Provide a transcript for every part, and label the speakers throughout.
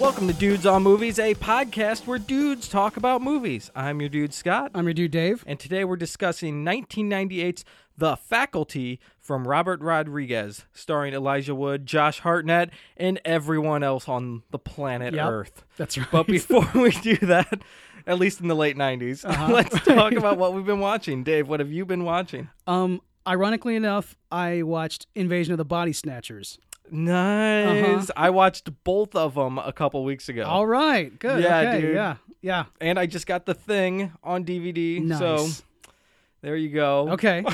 Speaker 1: welcome to Dudes on Movies, a podcast where dudes talk about movies. I'm your dude Scott,
Speaker 2: I'm your dude, Dave.
Speaker 1: and today we're discussing 1998's The Faculty from Robert Rodriguez, starring Elijah Wood, Josh Hartnett, and everyone else on the planet
Speaker 2: Yep.
Speaker 1: Earth.
Speaker 2: That's right.
Speaker 1: But before we do that, at least in the late 90s,
Speaker 2: Uh-huh.
Speaker 1: let's talk about what we've been watching. Dave, what have you been watching?
Speaker 2: um, ironically enough, I watched Invasion of the Body Snatchers.
Speaker 1: Nice. I watched both of them a couple weeks ago.
Speaker 2: All right, good.
Speaker 1: Oh. Yeah,
Speaker 2: okay,
Speaker 1: dude.
Speaker 2: Yeah, yeah.
Speaker 1: and I just got the thing on DVD.
Speaker 2: Nice.
Speaker 1: So there you go.
Speaker 2: okay,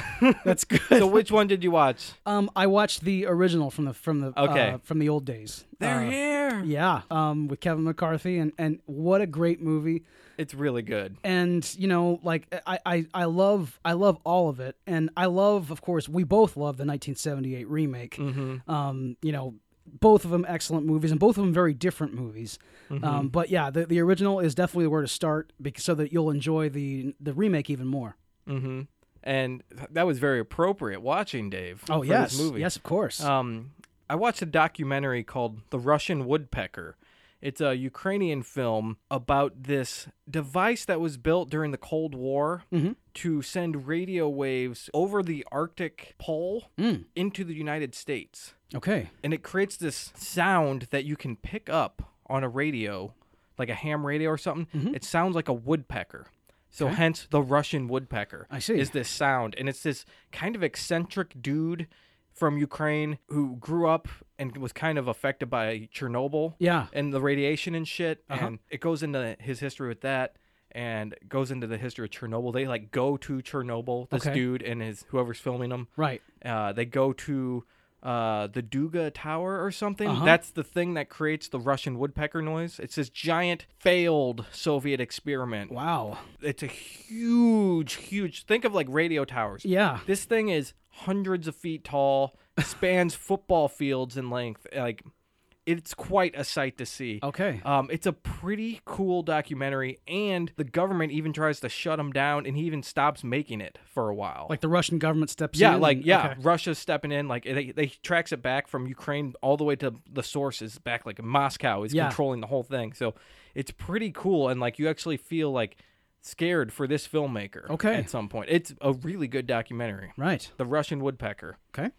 Speaker 2: that's good.
Speaker 1: So which one did you watch?
Speaker 2: um, I watched the original from the from the
Speaker 1: Okay.
Speaker 2: uh, from the old days.
Speaker 1: They're
Speaker 2: Uh,
Speaker 1: here.
Speaker 2: yeah, um, with Kevin McCarthy and and what a great movie.
Speaker 1: It's really good.
Speaker 2: and you know like I, I i love i love all of it and i love of course we both love the 1978 remake
Speaker 1: Mm-hmm.
Speaker 2: um you know both of them excellent movies and both of them very different movies
Speaker 1: Mm-hmm.
Speaker 2: um but yeah the, the original is definitely where to start because so that you'll enjoy the the remake even more
Speaker 1: hmm And th- that was very appropriate watching Dave.
Speaker 2: oh
Speaker 1: for
Speaker 2: yes
Speaker 1: this movie.
Speaker 2: yes of course
Speaker 1: Um, I watched a documentary called The Russian Woodpecker. It's a Ukrainian film about this device that was built during the Cold War
Speaker 2: Mm-hmm.
Speaker 1: to send radio waves over the Arctic pole
Speaker 2: Mm.
Speaker 1: into the United States.
Speaker 2: okay
Speaker 1: and it creates this sound that you can pick up on a radio, like a ham radio or something.
Speaker 2: Mm-hmm.
Speaker 1: It sounds like a woodpecker. So hence the Russian woodpecker.
Speaker 2: I see.
Speaker 1: Is this sound and it's this kind of eccentric dude from Ukraine who grew up and was kind of affected by Chernobyl.
Speaker 2: Yeah. Uh-huh.
Speaker 1: And the radiation and shit and it goes into his history with that and it goes into the history of Chernobyl. They like go to Chernobyl, this
Speaker 2: Okay.
Speaker 1: dude and his whoever's filming him.
Speaker 2: right
Speaker 1: Uh, they go to uh, the Duga Tower or something.
Speaker 2: Uh-huh.
Speaker 1: That's the thing that creates the Russian woodpecker noise. It's this giant failed Soviet experiment.
Speaker 2: wow
Speaker 1: It's a huge, huge. Think of like radio towers.
Speaker 2: yeah
Speaker 1: This thing is hundreds of feet tall, spans football fields in length. Like, it's quite a sight to see.
Speaker 2: okay
Speaker 1: Um, it's a pretty cool documentary, and the government even tries to shut him down, and he even stops making it for a while.
Speaker 2: like the russian government steps in
Speaker 1: Yeah, like
Speaker 2: and-
Speaker 1: yeah,
Speaker 2: okay.
Speaker 1: Russia's stepping in. Like they, they tracks it back from Ukraine all the way to the sources back. Like Moscow is
Speaker 2: Yeah.
Speaker 1: controlling the whole thing, so it's pretty cool. And like you actually feel like scared for this filmmaker.
Speaker 2: Okay.
Speaker 1: at some point, it's a really good documentary.
Speaker 2: right
Speaker 1: The Russian Woodpecker.
Speaker 2: okay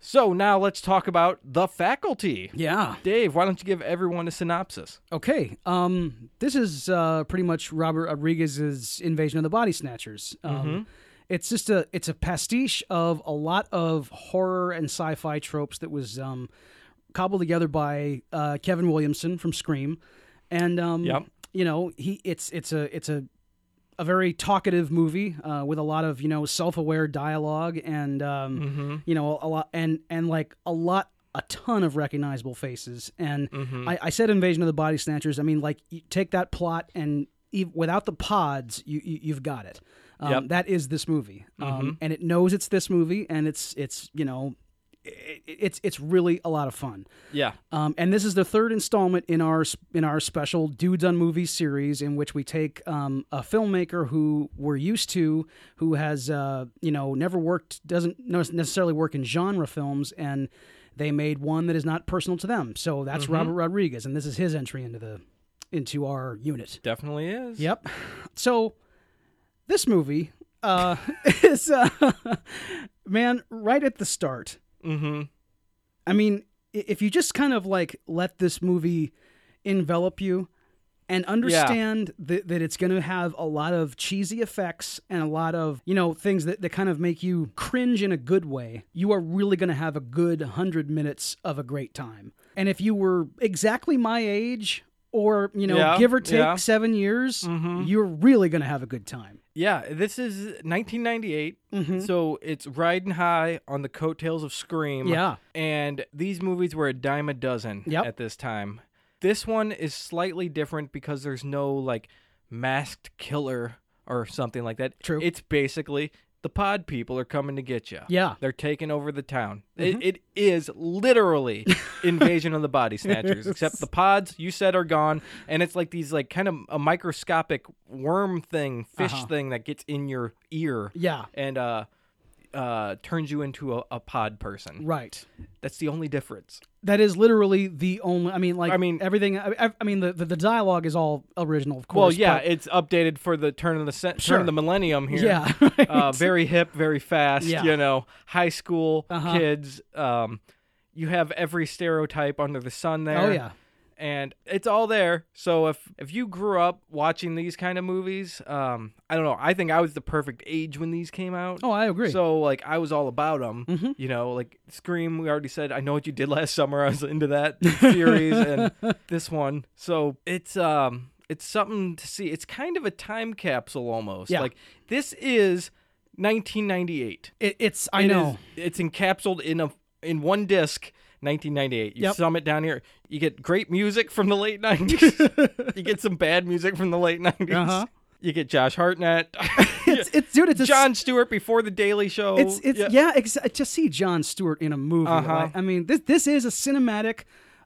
Speaker 1: So now let's talk about the faculty.
Speaker 2: yeah
Speaker 1: Dave, why don't you give everyone a synopsis?
Speaker 2: Okay, um, this is uh, pretty much Robert Rodriguez's Invasion of the Body Snatchers. Um, It's just a it's a pastiche of a lot of horror and sci-fi tropes that was um, cobbled together by uh, Kevin Williamson from Scream, and um,
Speaker 1: Yep.
Speaker 2: you know he it's it's a it's a a very talkative movie uh, with a lot of you know self-aware dialogue and um, you know a lot and and like a lot a ton of recognizable faces and I, I said invasion of the body snatchers i mean like you take that plot and ev without the pods you, you you've got it um,
Speaker 1: Yep.
Speaker 2: that is this movie um, and it knows it's this movie and it's it's you know it, it's it's really a lot of fun
Speaker 1: Yeah,
Speaker 2: um, and this is the third installment in our in our special Dudes on Movies series, in which we take um, a filmmaker who we're used to, who has uh, you know never worked, doesn't no- necessarily work in genre films, and they made one that is not personal to them. So that's Robert Rodriguez, and this is his entry into the into our unit.
Speaker 1: definitely is.
Speaker 2: Yep. So this movie uh, is uh, man right at the start.
Speaker 1: Mm-hmm.
Speaker 2: I mean, i- if you just kind of like let this movie envelop you and understand that, that it's going to have a lot of cheesy effects and a lot of, you know, things that, that kind of make you cringe in a good way, you are really going to have a good 100 minutes of a great time. And if you were exactly my age or, you know,
Speaker 1: Yeah,
Speaker 2: give or take
Speaker 1: yeah. Mm-hmm.
Speaker 2: seven years, you're really going to have a good time. Mm-hmm.
Speaker 1: Yeah, this is 1998, so it's riding high on the coattails of Scream.
Speaker 2: Yeah.
Speaker 1: and these movies were a dime a dozen
Speaker 2: Yep.
Speaker 1: at this time. This one is slightly different because there's no like masked killer or something like that.
Speaker 2: True.
Speaker 1: It's basically the pod people are coming to get you.
Speaker 2: Yeah. Mm-hmm.
Speaker 1: they're taking over the town. It, it is literally invasion of the body snatchers, except the pods you said are gone, and it's like these like kind of a microscopic worm thing, fish thing that gets in your ear.
Speaker 2: Uh-huh. Yeah.
Speaker 1: and uh, uh, turns you into a, a pod person.
Speaker 2: Right.
Speaker 1: That's the only difference.
Speaker 2: That is literally the only. I mean, like,
Speaker 1: I mean-
Speaker 2: everything. I, I mean, the, the the dialogue is all original, of
Speaker 1: Well,
Speaker 2: course.
Speaker 1: yeah, it's updated for the turn of the cent- turn
Speaker 2: Sure.
Speaker 1: of the millennium
Speaker 2: but-
Speaker 1: here.
Speaker 2: yeah.
Speaker 1: uh, very hip, very fast.
Speaker 2: Yeah.
Speaker 1: You know, high school
Speaker 2: Uh-huh.
Speaker 1: kids. Um, you have every stereotype under the sun there.
Speaker 2: oh yeah.
Speaker 1: and it's all there. So if if you grew up watching these kind of movies, um, I don't know. I think I was the perfect age when these came out.
Speaker 2: Oh, I agree. Mm-hmm.
Speaker 1: So like I was all about them, you know, like Scream. We already said I know what you did last summer. I was into that series and this one. So it's um it's something to see. It's kind of a time capsule almost.
Speaker 2: Yeah.
Speaker 1: Like this is 1998.
Speaker 2: it, it's. I
Speaker 1: It
Speaker 2: know.
Speaker 1: is- it's encapsulated in a in one disc. 1998. You
Speaker 2: Yep.
Speaker 1: sum it down here. You get great music from the late 90s. you get some bad music from the late 90s.
Speaker 2: Uh-huh.
Speaker 1: You get Josh Hartnett.
Speaker 2: It's it's dude. It's a
Speaker 1: John Stewart before the Daily Show.
Speaker 2: It's it's yeah. ex- to see John Stewart in a movie.
Speaker 1: Uh-huh.
Speaker 2: right? I mean, this this is a cinematic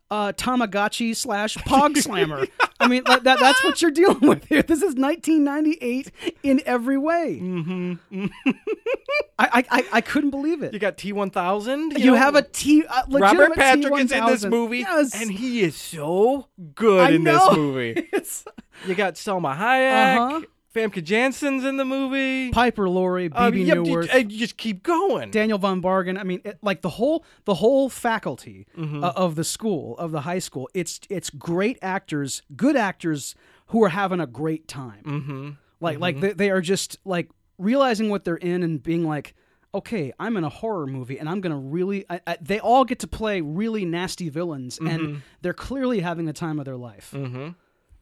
Speaker 2: uh, Tamagotchi slash Pog Slammer. I mean, like, that that's what you're dealing with here. This is 1998 in every way. Mm-hmm. I, I I I couldn't believe it.
Speaker 1: You
Speaker 2: You,
Speaker 1: got T1000. know?
Speaker 2: have a T. Uh,
Speaker 1: Robert
Speaker 2: legitimate
Speaker 1: Patrick is in this
Speaker 2: T1000.
Speaker 1: movie,
Speaker 2: Yes.
Speaker 1: and he is so good
Speaker 2: I
Speaker 1: in
Speaker 2: know.
Speaker 1: this movie.
Speaker 2: it's
Speaker 1: You got Selma Hayek.
Speaker 2: Uh-huh.
Speaker 1: Famke Janssen's in the movie.
Speaker 2: Piper Laurie, BB
Speaker 1: Uh, yep, you-
Speaker 2: Newworth.
Speaker 1: uh, you just keep going.
Speaker 2: Daniel von Bargen. I mean, it, like the whole the whole faculty uh, of the school of the high school. It's it's great actors, good actors who are having a great time. Mm-hmm. Like like they, they are just like realizing what they're in and being like, okay, I'm in a horror movie and I'm gonna really. I, I, they all get to play really nasty villains and they're clearly having the time of their life. Mm-hmm.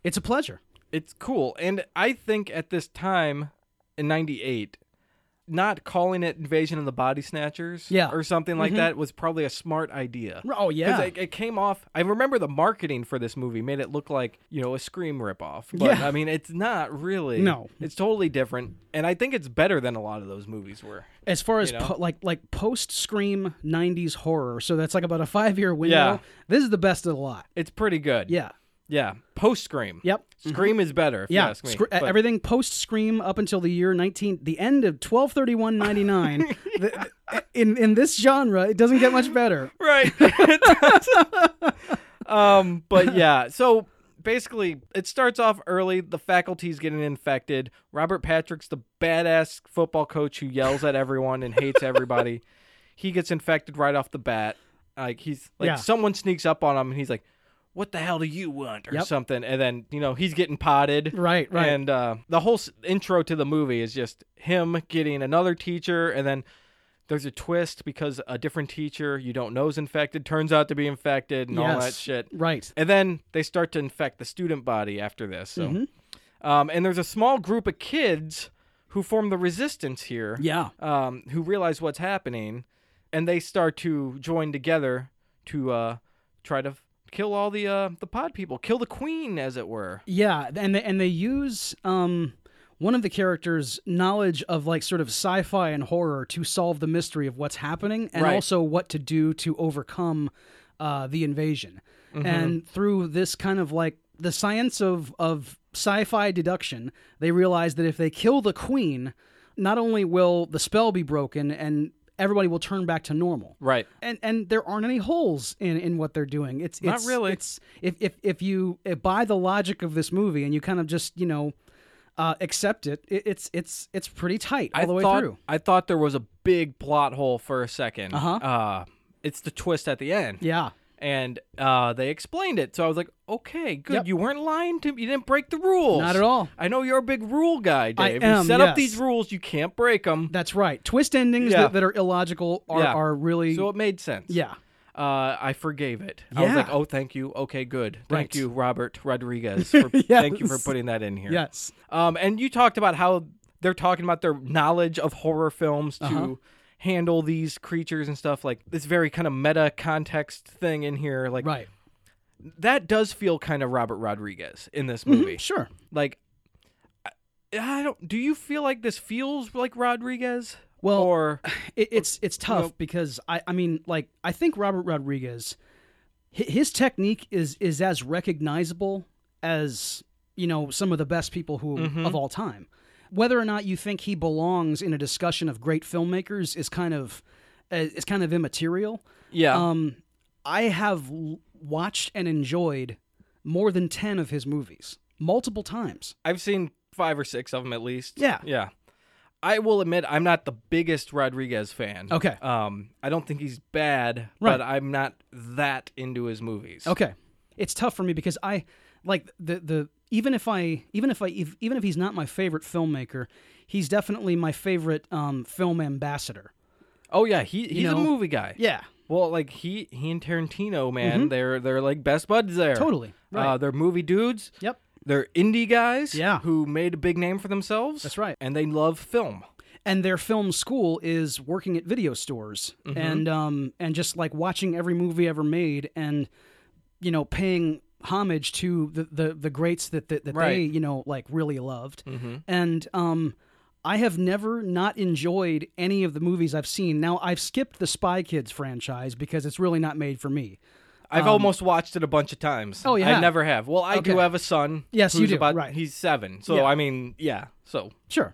Speaker 2: It's a pleasure.
Speaker 1: it's cool and i think at this time in 98 not calling it invasion of the body snatchers
Speaker 2: Yeah. Mm-hmm.
Speaker 1: or something like that was probably a smart idea
Speaker 2: Oh, yeah.
Speaker 1: it, it came off i remember the marketing for this movie made it look like you know a scream ripoff but
Speaker 2: Yeah.
Speaker 1: i mean it's not really
Speaker 2: No.
Speaker 1: it's totally different and i think it's better than a lot of those movies were
Speaker 2: as far as
Speaker 1: know?
Speaker 2: po- like like post scream 90s horror so that's like about a five year window
Speaker 1: Yeah.
Speaker 2: this is the best of the lot
Speaker 1: it's pretty good
Speaker 2: yeah
Speaker 1: yeah post scream
Speaker 2: yep Mm-hmm.
Speaker 1: scream is better if you
Speaker 2: yeah e,
Speaker 1: ask me
Speaker 2: Scr-
Speaker 1: but-
Speaker 2: everything post scream up until the year 19 the end of 1231.99 the, in in this genre it doesn't get much better
Speaker 1: Right. um, but yeah, so basically it starts off early, the faculty's getting infected. Robert Patrick's the badass football coach who yells at everyone and hates everybody. he gets infected right off the bat. Like he's like
Speaker 2: Yeah.
Speaker 1: someone sneaks up on him and he's like, What the hell do you want? or
Speaker 2: Yep.
Speaker 1: something. And then, you know, he's getting potted.
Speaker 2: right right
Speaker 1: And uh, the whole s- intro to the movie is just him getting another teacher, and then there's a twist because a different teacher you don't know is infected turns out to be infected, and all that
Speaker 2: Yes.
Speaker 1: shit.
Speaker 2: right
Speaker 1: And then they start to infect the student body after this. So,
Speaker 2: Mm-hmm.
Speaker 1: um, and there's a small group of kids who form the resistance here.
Speaker 2: yeah
Speaker 1: Um, who realize what's happening, and they start to join together to uh, try to f- kill all the uh, the pod people, kill the queen, as it were.
Speaker 2: Yeah, and they, and they use um one of the characters' knowledge of like sort of sci-fi and horror to solve the mystery of what's happening and
Speaker 1: Right.
Speaker 2: also what to do to overcome uh, the invasion. And through this kind of like the science of of sci-fi deduction, they realize that if they kill the queen, not only will the spell be broken and everybody will turn back to normal
Speaker 1: Right.
Speaker 2: and and there aren't any holes in in what they're doing. It's
Speaker 1: Not
Speaker 2: it's,
Speaker 1: really.
Speaker 2: It's if if if you if by the logic of this movie and you kind of just you know uh, accept it, it, it's it's it's pretty tight all the way
Speaker 1: thought,
Speaker 2: through.
Speaker 1: I thought there was a big plot hole for a 2nd
Speaker 2: Uh-huh.
Speaker 1: Uh, it's the twist at the end.
Speaker 2: Yeah,
Speaker 1: And uh, they explained it. So I was like, okay, good.
Speaker 2: Yep.
Speaker 1: You weren't lying to me. You didn't break the rules.
Speaker 2: Not at all.
Speaker 1: I know you're a big rule guy,
Speaker 2: I
Speaker 1: Dave.
Speaker 2: am,
Speaker 1: you set
Speaker 2: yes.
Speaker 1: up these rules, you can't break them.
Speaker 2: that's right. Twist endings
Speaker 1: Yeah.
Speaker 2: that, that are illogical are
Speaker 1: Yeah.
Speaker 2: are really
Speaker 1: So it made sense.
Speaker 2: yeah.
Speaker 1: Uh, I forgave it. I was
Speaker 2: Yeah.
Speaker 1: like, oh, thank you. Okay, good. Thank
Speaker 2: Right.
Speaker 1: you, Robert Rodriguez. For, Thank you for
Speaker 2: Yes.
Speaker 1: putting that in here.
Speaker 2: Yes.
Speaker 1: Um, and you talked about how they're talking about their knowledge of horror films to
Speaker 2: Uh-huh.
Speaker 1: handle these creatures and stuff. Like this very kind of meta context thing in here. Like
Speaker 2: Right.
Speaker 1: that does feel kind of Robert Rodriguez in this movie.
Speaker 2: Sure.
Speaker 1: Like, I- I don't. Do you feel like this feels like Rodriguez?
Speaker 2: Well,
Speaker 1: or
Speaker 2: It, it's it's tough because I I mean like I think Robert Rodriguez, hi- his technique is is as recognizable as you know some of the best people who of all time. whether or not you think he belongs in a discussion of great filmmakers is kind of uh, is kind of immaterial.
Speaker 1: Yeah.
Speaker 2: Um, I have l- watched and enjoyed more than ten of his movies multiple times.
Speaker 1: I've seen five or six of them at least.
Speaker 2: Yeah.
Speaker 1: Yeah. I will admit I'm not the biggest Rodriguez fan.
Speaker 2: Okay.
Speaker 1: Um, I don't think he's bad,
Speaker 2: Right.
Speaker 1: but I'm not that into his movies.
Speaker 2: Okay, it's tough for me because I like the the even if I even if I if, even if he's not my favorite filmmaker, he's definitely my favorite um, film ambassador.
Speaker 1: Oh yeah, he he's
Speaker 2: know?
Speaker 1: a movie guy.
Speaker 2: Yeah, Mm-hmm.
Speaker 1: Well, like he he and Tarantino, man, they're they're like best buds there.
Speaker 2: Totally. Right.
Speaker 1: Uh, they're movie dudes.
Speaker 2: Yep.
Speaker 1: They're indie guys.
Speaker 2: Yeah.
Speaker 1: Who made a big name for themselves.
Speaker 2: That's right.
Speaker 1: And they love film.
Speaker 2: and their film school is working at video stores
Speaker 1: Mm-hmm.
Speaker 2: and um and just like watching every movie ever made and you know paying homage to the the, the greats that that, that they
Speaker 1: Right. Mm-hmm.
Speaker 2: you know like really loved and um I have never not enjoyed any of the movies I've seen. Now I've skipped the Spy Kids franchise because it's really not made for me.
Speaker 1: I've almost watched it a bunch of times.
Speaker 2: Um, Oh, you have?
Speaker 1: I never have. Well, I do
Speaker 2: Okay.
Speaker 1: have a son.
Speaker 2: Yes, you
Speaker 1: who's
Speaker 2: do,
Speaker 1: About,
Speaker 2: right.
Speaker 1: He's seven. So
Speaker 2: Yeah.
Speaker 1: I mean, yeah. So
Speaker 2: Sure.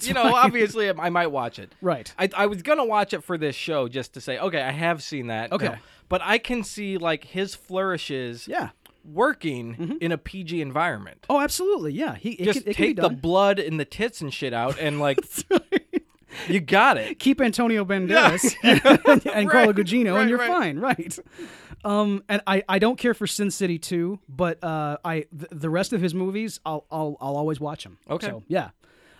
Speaker 1: you know, obviously, I, I might watch it.
Speaker 2: Right.
Speaker 1: I, I was gonna watch it for this show just to say, okay, I have seen that.
Speaker 2: Okay.
Speaker 1: But I can see like his flourishes.
Speaker 2: yeah.
Speaker 1: Working in a PG environment.
Speaker 2: Mm-hmm. Oh, absolutely. Yeah. He it
Speaker 1: just
Speaker 2: can, it
Speaker 1: take
Speaker 2: can be
Speaker 1: the
Speaker 2: done.
Speaker 1: blood and the tits and shit out and like you got it
Speaker 2: keep Antonio Banderas and, Carlo Gugino,
Speaker 1: right,
Speaker 2: and you're
Speaker 1: right.
Speaker 2: fine, right? Um, and I, I don't care for Sin City 2, but uh, I th- the rest of his movies, I'll I'll, I'll always watch him.
Speaker 1: Okay.
Speaker 2: so, yeah.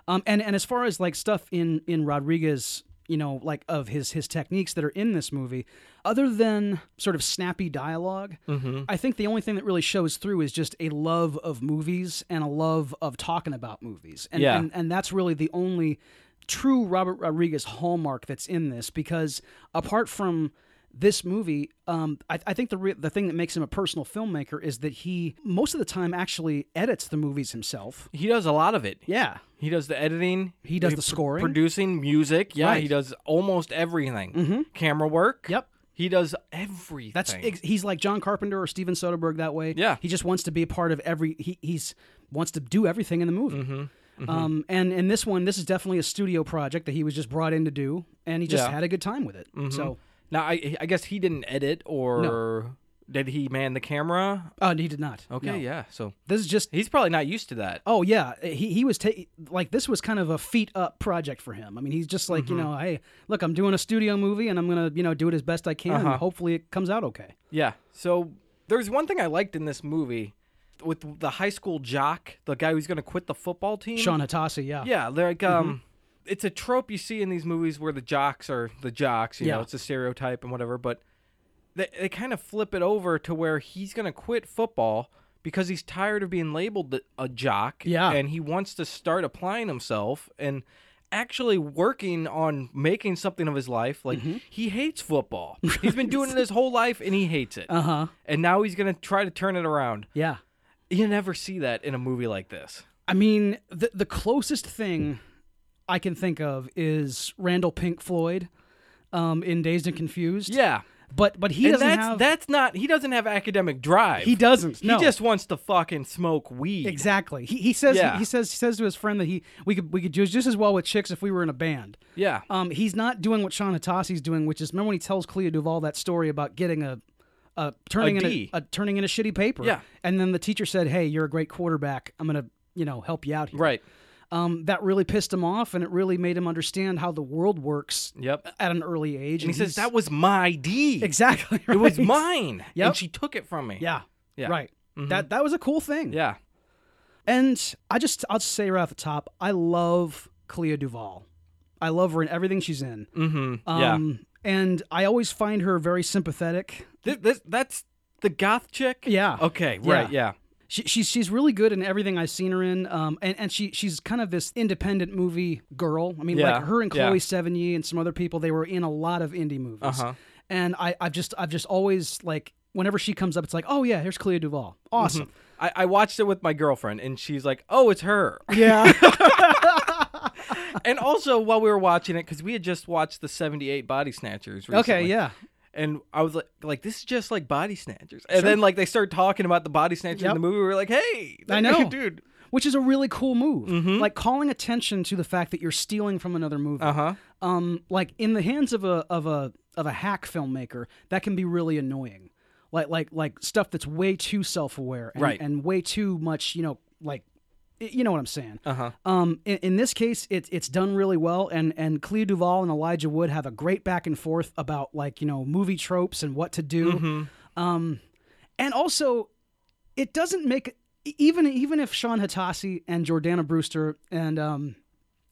Speaker 2: Um, and and as far as like stuff in in Rodriguez, you know, like of his his techniques that are in this movie, other than sort of snappy dialog
Speaker 1: Mm-hmm.
Speaker 2: I think the only thing that really shows through is just a love of movies and a love of talking about movies, and
Speaker 1: Yeah.
Speaker 2: and, and that's really the only true Robert Rodriguez hallmark that's in this because apart from this movie, um, I, I think the re- the thing that makes him a personal filmmaker is that he most of the time actually edits the movies himself.
Speaker 1: he does a lot of it
Speaker 2: Yeah,
Speaker 1: he does the editing
Speaker 2: he does the scoring.
Speaker 1: producing music yeah
Speaker 2: Right. Mm-hmm.
Speaker 1: he does almost everything camera work
Speaker 2: Yep.
Speaker 1: he does everything
Speaker 2: That's ex- he's like John Carpenter or Steven Soderbergh that way.
Speaker 1: Yeah.
Speaker 2: he just wants to be a part of every. He he's wants to do everything in the movie.
Speaker 1: Mm-hmm.
Speaker 2: Um, and and this one, this is definitely a studio project that he was just brought in to do, and he just
Speaker 1: Yeah. Mm-hmm.
Speaker 2: had a good time with it. So
Speaker 1: now I, I guess he didn't edit or did he man the camera
Speaker 2: uh, he did not.
Speaker 1: okay
Speaker 2: No.
Speaker 1: yeah so
Speaker 2: This is just
Speaker 1: he's probably not used to that
Speaker 2: Oh yeah, he he was ta- like this was kind of a feet up project for him. I mean, he's just like
Speaker 1: Mm-hmm.
Speaker 2: you know, hey, look, I'm doing a studio movie and I'm gonna you know do it as best I can.
Speaker 1: Uh-huh.
Speaker 2: and hopefully, it comes out okay.
Speaker 1: yeah so there's one thing i liked in this movie with the high school jock the guy who's going to quit the football team
Speaker 2: Sean Hatasi, yeah,
Speaker 1: Mm-hmm. Yeah, they're
Speaker 2: Mm-hmm.
Speaker 1: like um it's a trope you see in these movies where the jocks are the jocks, you
Speaker 2: Yeah.
Speaker 1: know, it's a stereotype and whatever, but they they kind of flip it over to where he's going to quit football because he's tired of being labeled the- a jock
Speaker 2: Yeah.
Speaker 1: and he wants to start applying himself and actually working on making something of his life like
Speaker 2: Mm-hmm.
Speaker 1: he hates football he's been doing it his whole life and he hates it uh-huh and now he's gonna try to turn it around
Speaker 2: yeah.
Speaker 1: you never see that in a movie like this
Speaker 2: I mean, the the closest thing I can think of is Randall Pink Floyd, um, in Dazed and Confused.
Speaker 1: yeah
Speaker 2: but but he
Speaker 1: And
Speaker 2: doesn't
Speaker 1: that's
Speaker 2: have
Speaker 1: that's not he doesn't have academic drive.
Speaker 2: he doesn't.
Speaker 1: He
Speaker 2: no.
Speaker 1: just wants to fucking smoke weed.
Speaker 2: Exactly. He, he says
Speaker 1: Yeah.
Speaker 2: he, says he says to his friend that he we could we could do just as well with chicks if we were in a band.
Speaker 1: Yeah.
Speaker 2: Um, he's not doing what Sean Hatasi's doing, which is remember when he tells Clea Duvall that story about getting a, a turning
Speaker 1: A
Speaker 2: in
Speaker 1: D.
Speaker 2: a, a turning in a shitty paper.
Speaker 1: Yeah.
Speaker 2: And then the teacher said, "Hey, you're a great quarterback. I'm gonna you know help you out here."
Speaker 1: Right.
Speaker 2: Um, that really pissed him off, and it really made him understand how the world works.
Speaker 1: Yep.
Speaker 2: At an early age,
Speaker 1: And he says
Speaker 2: he's-
Speaker 1: that was my D.
Speaker 2: exactly.
Speaker 1: It was
Speaker 2: right.
Speaker 1: mine.
Speaker 2: Yep.
Speaker 1: And she took it from me.
Speaker 2: Yeah.
Speaker 1: Yeah. Mm-hmm.
Speaker 2: Right. That that was a cool thing.
Speaker 1: Yeah.
Speaker 2: And I just, I'll just say right off the top, I love Clea Duvall. I love her in everything she's in.
Speaker 1: Mm-hmm. yeah.
Speaker 2: Um, And I always find her very sympathetic.
Speaker 1: This, this that's the goth chick.
Speaker 2: Yeah.
Speaker 1: Okay.
Speaker 2: Yeah.
Speaker 1: Right. Yeah.
Speaker 2: She, she's she's really good in everything I've seen her in, um, and and she she's kind of this independent movie girl. I mean,
Speaker 1: Yeah,
Speaker 2: like her and
Speaker 1: yeah.
Speaker 2: Chloe Sevigny and some other people, they were in a lot of indie movies.
Speaker 1: Uh-huh.
Speaker 2: And I I've just I've just always like whenever she comes up, it's like, oh yeah, here's Clea Duvall,
Speaker 1: Mm-hmm.
Speaker 2: awesome.
Speaker 1: I, I watched it with my girlfriend, and she's like, "Oh, it's her."
Speaker 2: Yeah,
Speaker 1: and also, while we were watching it, because we had just watched the '78 Body Snatchers. Recently,
Speaker 2: okay, yeah,
Speaker 1: and I was like, like this is just like Body Snatchers, and then like they start talking about the Body Snatchers in
Speaker 2: Yep.
Speaker 1: the movie. We were like, hey,
Speaker 2: I know.
Speaker 1: dude.
Speaker 2: which is a really cool move.
Speaker 1: Mm-hmm.
Speaker 2: Like calling attention to the fact that you're stealing from another movie.
Speaker 1: Uh huh.
Speaker 2: Um, like in the hands of a of a of a hack filmmaker, that can be really annoying. Like like like stuff that's way too self aware and,
Speaker 1: Right.
Speaker 2: and way too much. You know, like y- you know what I'm saying.
Speaker 1: Uh huh.
Speaker 2: Um, in, in this case, it's it's done really well, and and Clea Duvall and Elijah Wood have a great back and forth about like you know movie tropes and what to do,
Speaker 1: Mm-hmm.
Speaker 2: um, and also it doesn't make e, even even if Sean Hattassi and Jordana Brewster and um,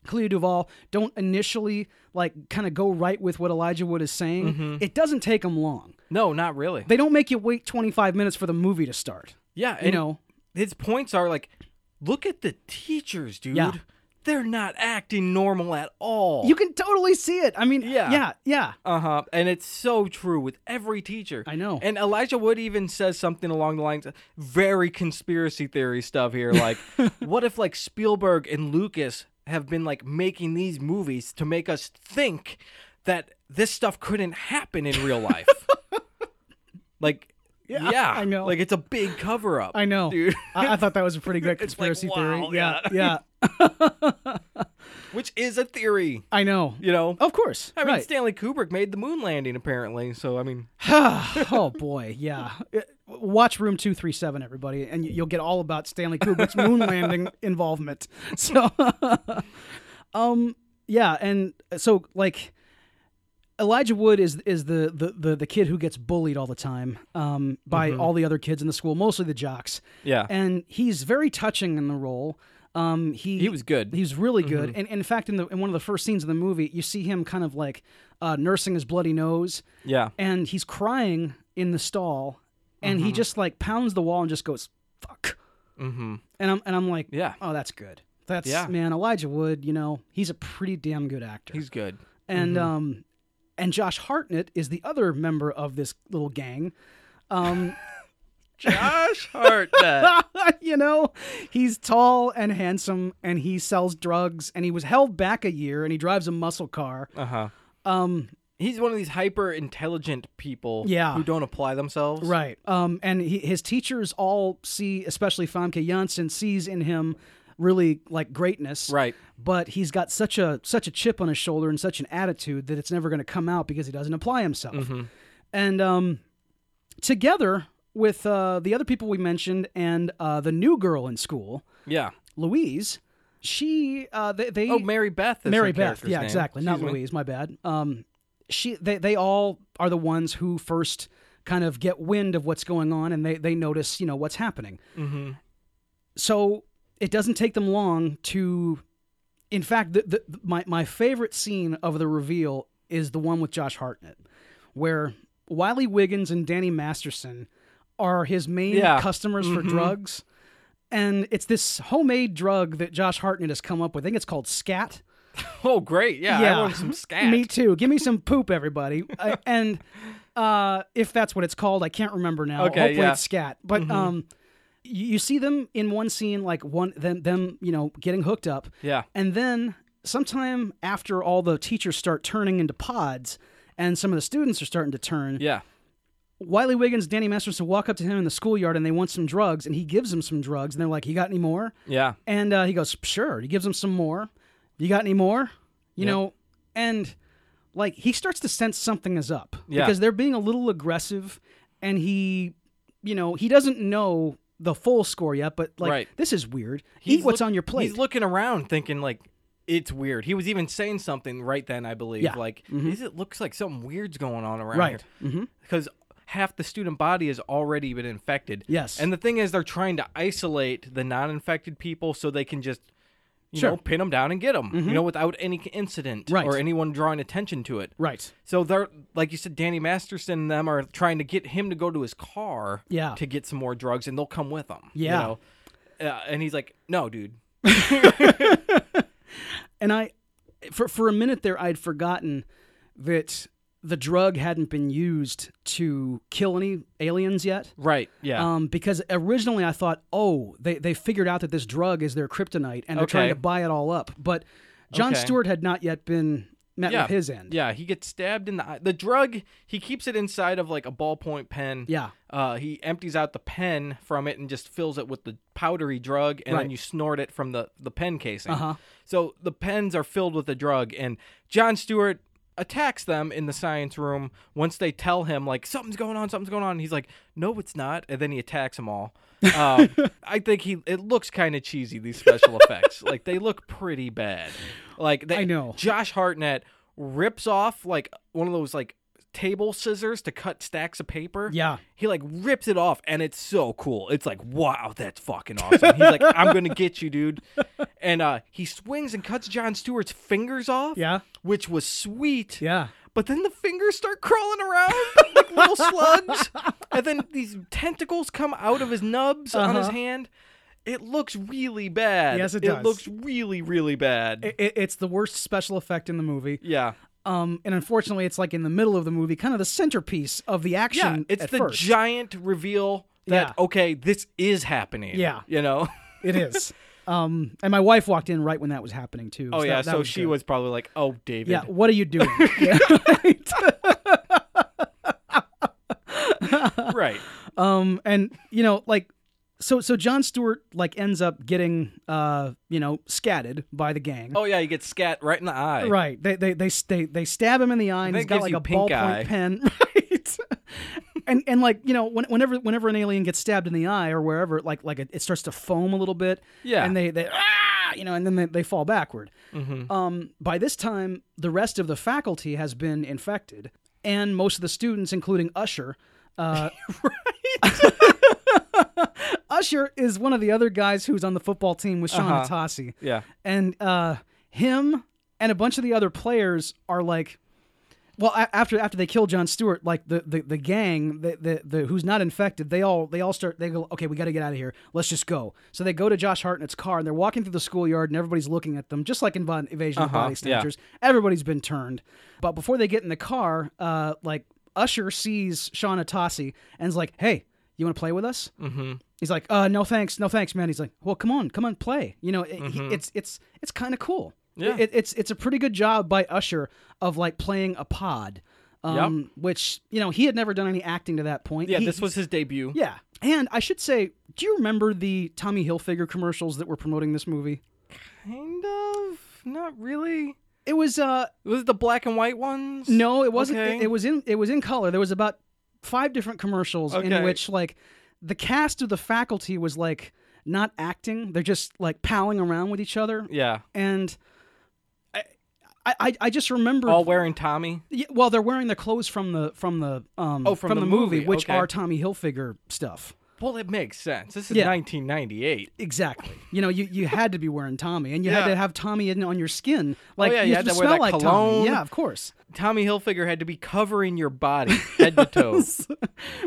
Speaker 2: Clea Duvall don't initially like kind of go right with what Elijah Wood is saying,
Speaker 1: Mm-hmm.
Speaker 2: it doesn't take them long.
Speaker 1: No, not really.
Speaker 2: They don't make you wait 25 minutes for the movie to start.
Speaker 1: yeah,
Speaker 2: You
Speaker 1: and
Speaker 2: know,
Speaker 1: his points are like, look at the teachers, dude.
Speaker 2: Yeah.
Speaker 1: They're not acting normal at all.
Speaker 2: you can totally see it. I mean,
Speaker 1: Yeah.
Speaker 2: yeah, yeah.
Speaker 1: Uh huh. And it's so true with every teacher.
Speaker 2: I know.
Speaker 1: And Elijah Wood even says something along the lines, very conspiracy theory stuff here. Like, what if like Spielberg and Lucas have been like making these movies to make us think that this stuff couldn't happen in real life? like, yeah,
Speaker 2: I know.
Speaker 1: Like, it's a big cover up.
Speaker 2: I know.
Speaker 1: dude.
Speaker 2: I, I thought that was a pretty good conspiracy
Speaker 1: wow,
Speaker 2: theory. Yeah, yeah.
Speaker 1: Which is a theory,
Speaker 2: I know.
Speaker 1: you know.
Speaker 2: Of course.
Speaker 1: I mean,
Speaker 2: Oh, right.
Speaker 1: Stanley Kubrick made the moon landing apparently. So I mean,
Speaker 2: oh boy, yeah. Watch Room Two Three Seven, everybody, and you- you'll get all about Stanley Kubrick's moon landing involvement. So, um, yeah, and so like Elijah Wood is is the the the, the kid who gets bullied all the time um, by all the other kids in the school, mostly the jocks,
Speaker 1: Mm-hmm. yeah,
Speaker 2: and he's very touching in the role. Um, he
Speaker 1: he was good.
Speaker 2: He's really good.
Speaker 1: Mm-hmm.
Speaker 2: And, and in fact, in the in one of the first scenes of the movie, you see him kind of like uh, nursing his bloody nose,
Speaker 1: yeah,
Speaker 2: and he's crying in the stall, and he just like pounds the wall and just goes "fuck,"
Speaker 1: mm-hmm.
Speaker 2: and I'm and I'm like,
Speaker 1: Yeah.
Speaker 2: oh, that's good. That's
Speaker 1: Yeah.
Speaker 2: man, Elijah Wood. You know, he's a pretty damn good actor.
Speaker 1: He's mm-hmm. good.
Speaker 2: and um, and Josh Hartnett is the other member of this little gang. Um,
Speaker 1: Josh Hartnett.
Speaker 2: you know, he's tall and handsome, and he sells drugs, and he was held back a year, and he drives a muscle car.
Speaker 1: uh huh.
Speaker 2: Um,
Speaker 1: He's one of these hyper intelligent people
Speaker 2: Yeah.
Speaker 1: who don't apply themselves.
Speaker 2: right. Um, and he, his teachers all see, especially Famke Janssen, sees in him really like greatness.
Speaker 1: Right.
Speaker 2: But he's got such a such a chip on his shoulder and such an attitude that it's never going to come out because he doesn't apply himself.
Speaker 1: Mm-hmm.
Speaker 2: And um, together with uh, the other people we mentioned and uh, the new girl in school.
Speaker 1: Yeah.
Speaker 2: Louise, she uh, they, they
Speaker 1: Oh, Mary Beth is
Speaker 2: Mary
Speaker 1: her
Speaker 2: Beth,
Speaker 1: character's
Speaker 2: yeah,
Speaker 1: name.
Speaker 2: exactly, not
Speaker 1: Excuse me.
Speaker 2: Louise, my bad. Um, she they they all are the ones who first kind of get wind of what's going on and they they notice you know what's happening.
Speaker 1: Mhm.
Speaker 2: So it doesn't take them long to, in fact, the, the, my my favorite scene of the reveal is the one with Josh Hartnett, where Wiley Wiggins and Danny Masterson are his main
Speaker 1: Yeah. Mm-hmm.
Speaker 2: customers for drugs and it's this homemade drug that Josh Hartnett has come up with. I think it's called Scat.
Speaker 1: Oh, great. Yeah. I want some scat.
Speaker 2: Me too. Give me some poop, everybody. I, and uh, if that's what it's called, I can't remember now.
Speaker 1: Okay,
Speaker 2: Hopefully
Speaker 1: yeah. Mm-hmm.
Speaker 2: it's Scat. But um, you, you see them in one scene, like one them them you know getting hooked up,
Speaker 1: Yeah.
Speaker 2: and then sometime after all the teachers start turning into pods. And some of the students are starting to turn.
Speaker 1: Yeah.
Speaker 2: Wiley Wiggins, Danny Masterson walk up to him in the schoolyard and they want some drugs, and he gives them some drugs. And they're like, "You got any more?"
Speaker 1: Yeah.
Speaker 2: And uh, he goes, sure. He gives him some more. You got any more? You
Speaker 1: Yep.
Speaker 2: know, and like he starts to sense something is up
Speaker 1: Yeah.
Speaker 2: because they're being a little aggressive, and he, you know, he doesn't know the full score yet, but like
Speaker 1: Right.
Speaker 2: this is weird.
Speaker 1: He's
Speaker 2: Eat what's
Speaker 1: look-
Speaker 2: on your plate.
Speaker 1: He's looking around thinking, like, it's weird. He was even saying something right then, I believe.
Speaker 2: Yeah. Mm-hmm.
Speaker 1: Like, is it looks like something weird's going on around
Speaker 2: Right. Mm-hmm.
Speaker 1: here? Because half the student body has already been infected.
Speaker 2: Yes.
Speaker 1: And the thing is, they're trying to isolate the non-infected people so they can just, you
Speaker 2: Sure. Mm-hmm.
Speaker 1: know, pin them down and get them, you know, without any incident
Speaker 2: Right.
Speaker 1: or anyone drawing attention to it.
Speaker 2: right.
Speaker 1: So they're like you said, Danny Masterson and them are trying to get him to go to his car,
Speaker 2: Yeah.
Speaker 1: to get some more drugs, and they'll come with him.
Speaker 2: Yeah.
Speaker 1: You know? uh, and he's like, "No, dude,
Speaker 2: And I, for for a minute there, I'd forgotten that the drug hadn't been used to kill any aliens yet.
Speaker 1: right? Yeah,
Speaker 2: Um, because originally I thought, oh, they, they figured out that this drug is their kryptonite and they're trying
Speaker 1: Okay.
Speaker 2: to buy it all up. But John
Speaker 1: Okay.
Speaker 2: Stewart had not yet been met
Speaker 1: Yeah.
Speaker 2: with his end.
Speaker 1: Yeah, he gets stabbed in the eye. The drug, he keeps it inside of like a ballpoint pen.
Speaker 2: Yeah.
Speaker 1: Uh, he empties out the pen from it and just fills it with the powdery drug, and
Speaker 2: Right.
Speaker 1: then you snort it from the, the pen casing.
Speaker 2: Uh-huh.
Speaker 1: So the pens are filled with the drug, and John Stewart attacks them in the science room once they tell him, like, something's going on, something's going on. And he's like, no, it's not. And then he attacks them all. Um, I think he it looks kind of cheesy, these special effects. Like, they look pretty bad. Like, they,
Speaker 2: I know.
Speaker 1: Josh Hartnett rips off like one of those like table scissors to cut stacks of paper.
Speaker 2: Yeah.
Speaker 1: He like rips it off and it's so cool. It's like, wow, that's fucking awesome. He's like, I'm gonna get you, dude. And uh he swings and cuts John Stewart's fingers off.
Speaker 2: Yeah.
Speaker 1: Which was sweet.
Speaker 2: Yeah.
Speaker 1: But then the fingers start crawling around like little slugs. And then these tentacles come out of his nubs on his
Speaker 2: Uh-huh.
Speaker 1: hand. It looks really bad.
Speaker 2: Yes, it
Speaker 1: It
Speaker 2: does.
Speaker 1: looks really, really bad.
Speaker 2: I- I- it's the worst special effect in the movie.
Speaker 1: yeah.
Speaker 2: Um, and unfortunately, it's like in the middle of the movie, kind of the centerpiece of the action.
Speaker 1: Yeah, it's
Speaker 2: at
Speaker 1: the
Speaker 2: first.
Speaker 1: giant reveal that
Speaker 2: Yeah.
Speaker 1: okay, this is happening.
Speaker 2: Yeah.
Speaker 1: you know.
Speaker 2: it is. Um, and my wife walked in right when that was happening too.
Speaker 1: Oh
Speaker 2: so
Speaker 1: yeah,
Speaker 2: that- that
Speaker 1: so
Speaker 2: was
Speaker 1: she
Speaker 2: good.
Speaker 1: was probably like, "Oh, David."
Speaker 2: Yeah, what are you doing? Yeah, right.
Speaker 1: right.
Speaker 2: Um, and you know, like, so so John Stewart like ends up getting uh, you know, scatted by the gang.
Speaker 1: Oh yeah, you get scat right in the eye.
Speaker 2: Right. They they they they, they stab him in the eye and
Speaker 1: That
Speaker 2: he's got
Speaker 1: gives
Speaker 2: like
Speaker 1: you
Speaker 2: a
Speaker 1: pink
Speaker 2: ballpoint
Speaker 1: eye.
Speaker 2: pen. Right. and and like, you know, when, whenever whenever an alien gets stabbed in the eye or wherever, like like it, it starts to foam a little bit.
Speaker 1: Yeah.
Speaker 2: And they they ah, you know, and then they, they fall backward.
Speaker 1: Mm-hmm.
Speaker 2: Um by this time, the rest of the faculty has been infected and most of the students including Usher uh, Usher is one of the other guys who's on the football team with Sean
Speaker 1: Uh-huh.
Speaker 2: Atassi
Speaker 1: Yeah.
Speaker 2: and uh, him and a bunch of the other players are like, well, a- after after they kill John Stewart, like the the, the gang, the, the the who's not infected, they all they all start they go, okay, we got to get out of here, let's just go. So they go to Josh Hartnett's car and they're walking through the schoolyard and everybody's looking at them, just like in Von- Invasion of the
Speaker 1: Uh-huh,
Speaker 2: Body
Speaker 1: yeah.
Speaker 2: Snatchers. Everybody's been turned, but before they get in the car, uh, like Usher sees Sean Atassi and is like, hey, you want to play with us?
Speaker 1: mm-hmm.
Speaker 2: He's like, uh, no thanks, no thanks, man. He's like, well, come on, come on, play. You know, it, it's it's it's kind of cool.
Speaker 1: Mm-hmm. Yeah.
Speaker 2: It, it's it's a pretty good job by Usher of like playing a pod, um, which you know he had never done any acting to that point.
Speaker 1: Yeah,
Speaker 2: He-
Speaker 1: this was his debut.
Speaker 2: yeah. And I should say, do you remember the Tommy Hilfiger commercials that were promoting this movie?
Speaker 1: Kind of. Not really.
Speaker 2: It was uh
Speaker 1: Was it the black and white ones?
Speaker 2: no, it wasn't.
Speaker 1: Okay.
Speaker 2: It, it was in it was in color. There was about five different commercials in
Speaker 1: Okay.
Speaker 2: which like the cast of the faculty was like not acting; they're just like palling around with each other.
Speaker 1: Yeah.
Speaker 2: and I, I, I- I just remember.
Speaker 1: All wearing Tommy.
Speaker 2: Yeah, well, they're wearing the clothes from the from the um
Speaker 1: Oh, from the
Speaker 2: movie,
Speaker 1: movie,
Speaker 2: which
Speaker 1: okay.
Speaker 2: are Tommy Hilfiger stuff.
Speaker 1: Well, it makes sense. This is
Speaker 2: Yeah.
Speaker 1: 1998.
Speaker 2: Exactly. You know, you, you had to be wearing Tommy, and you had
Speaker 1: Yeah. Oh,
Speaker 2: to have Tommy in, on your skin. Like
Speaker 1: yeah,
Speaker 2: you,
Speaker 1: you
Speaker 2: have
Speaker 1: had to wear
Speaker 2: smell
Speaker 1: that
Speaker 2: like
Speaker 1: cologne.
Speaker 2: Tommy. Yeah, of course.
Speaker 1: Tommy Hilfiger had to be covering your body head to toe.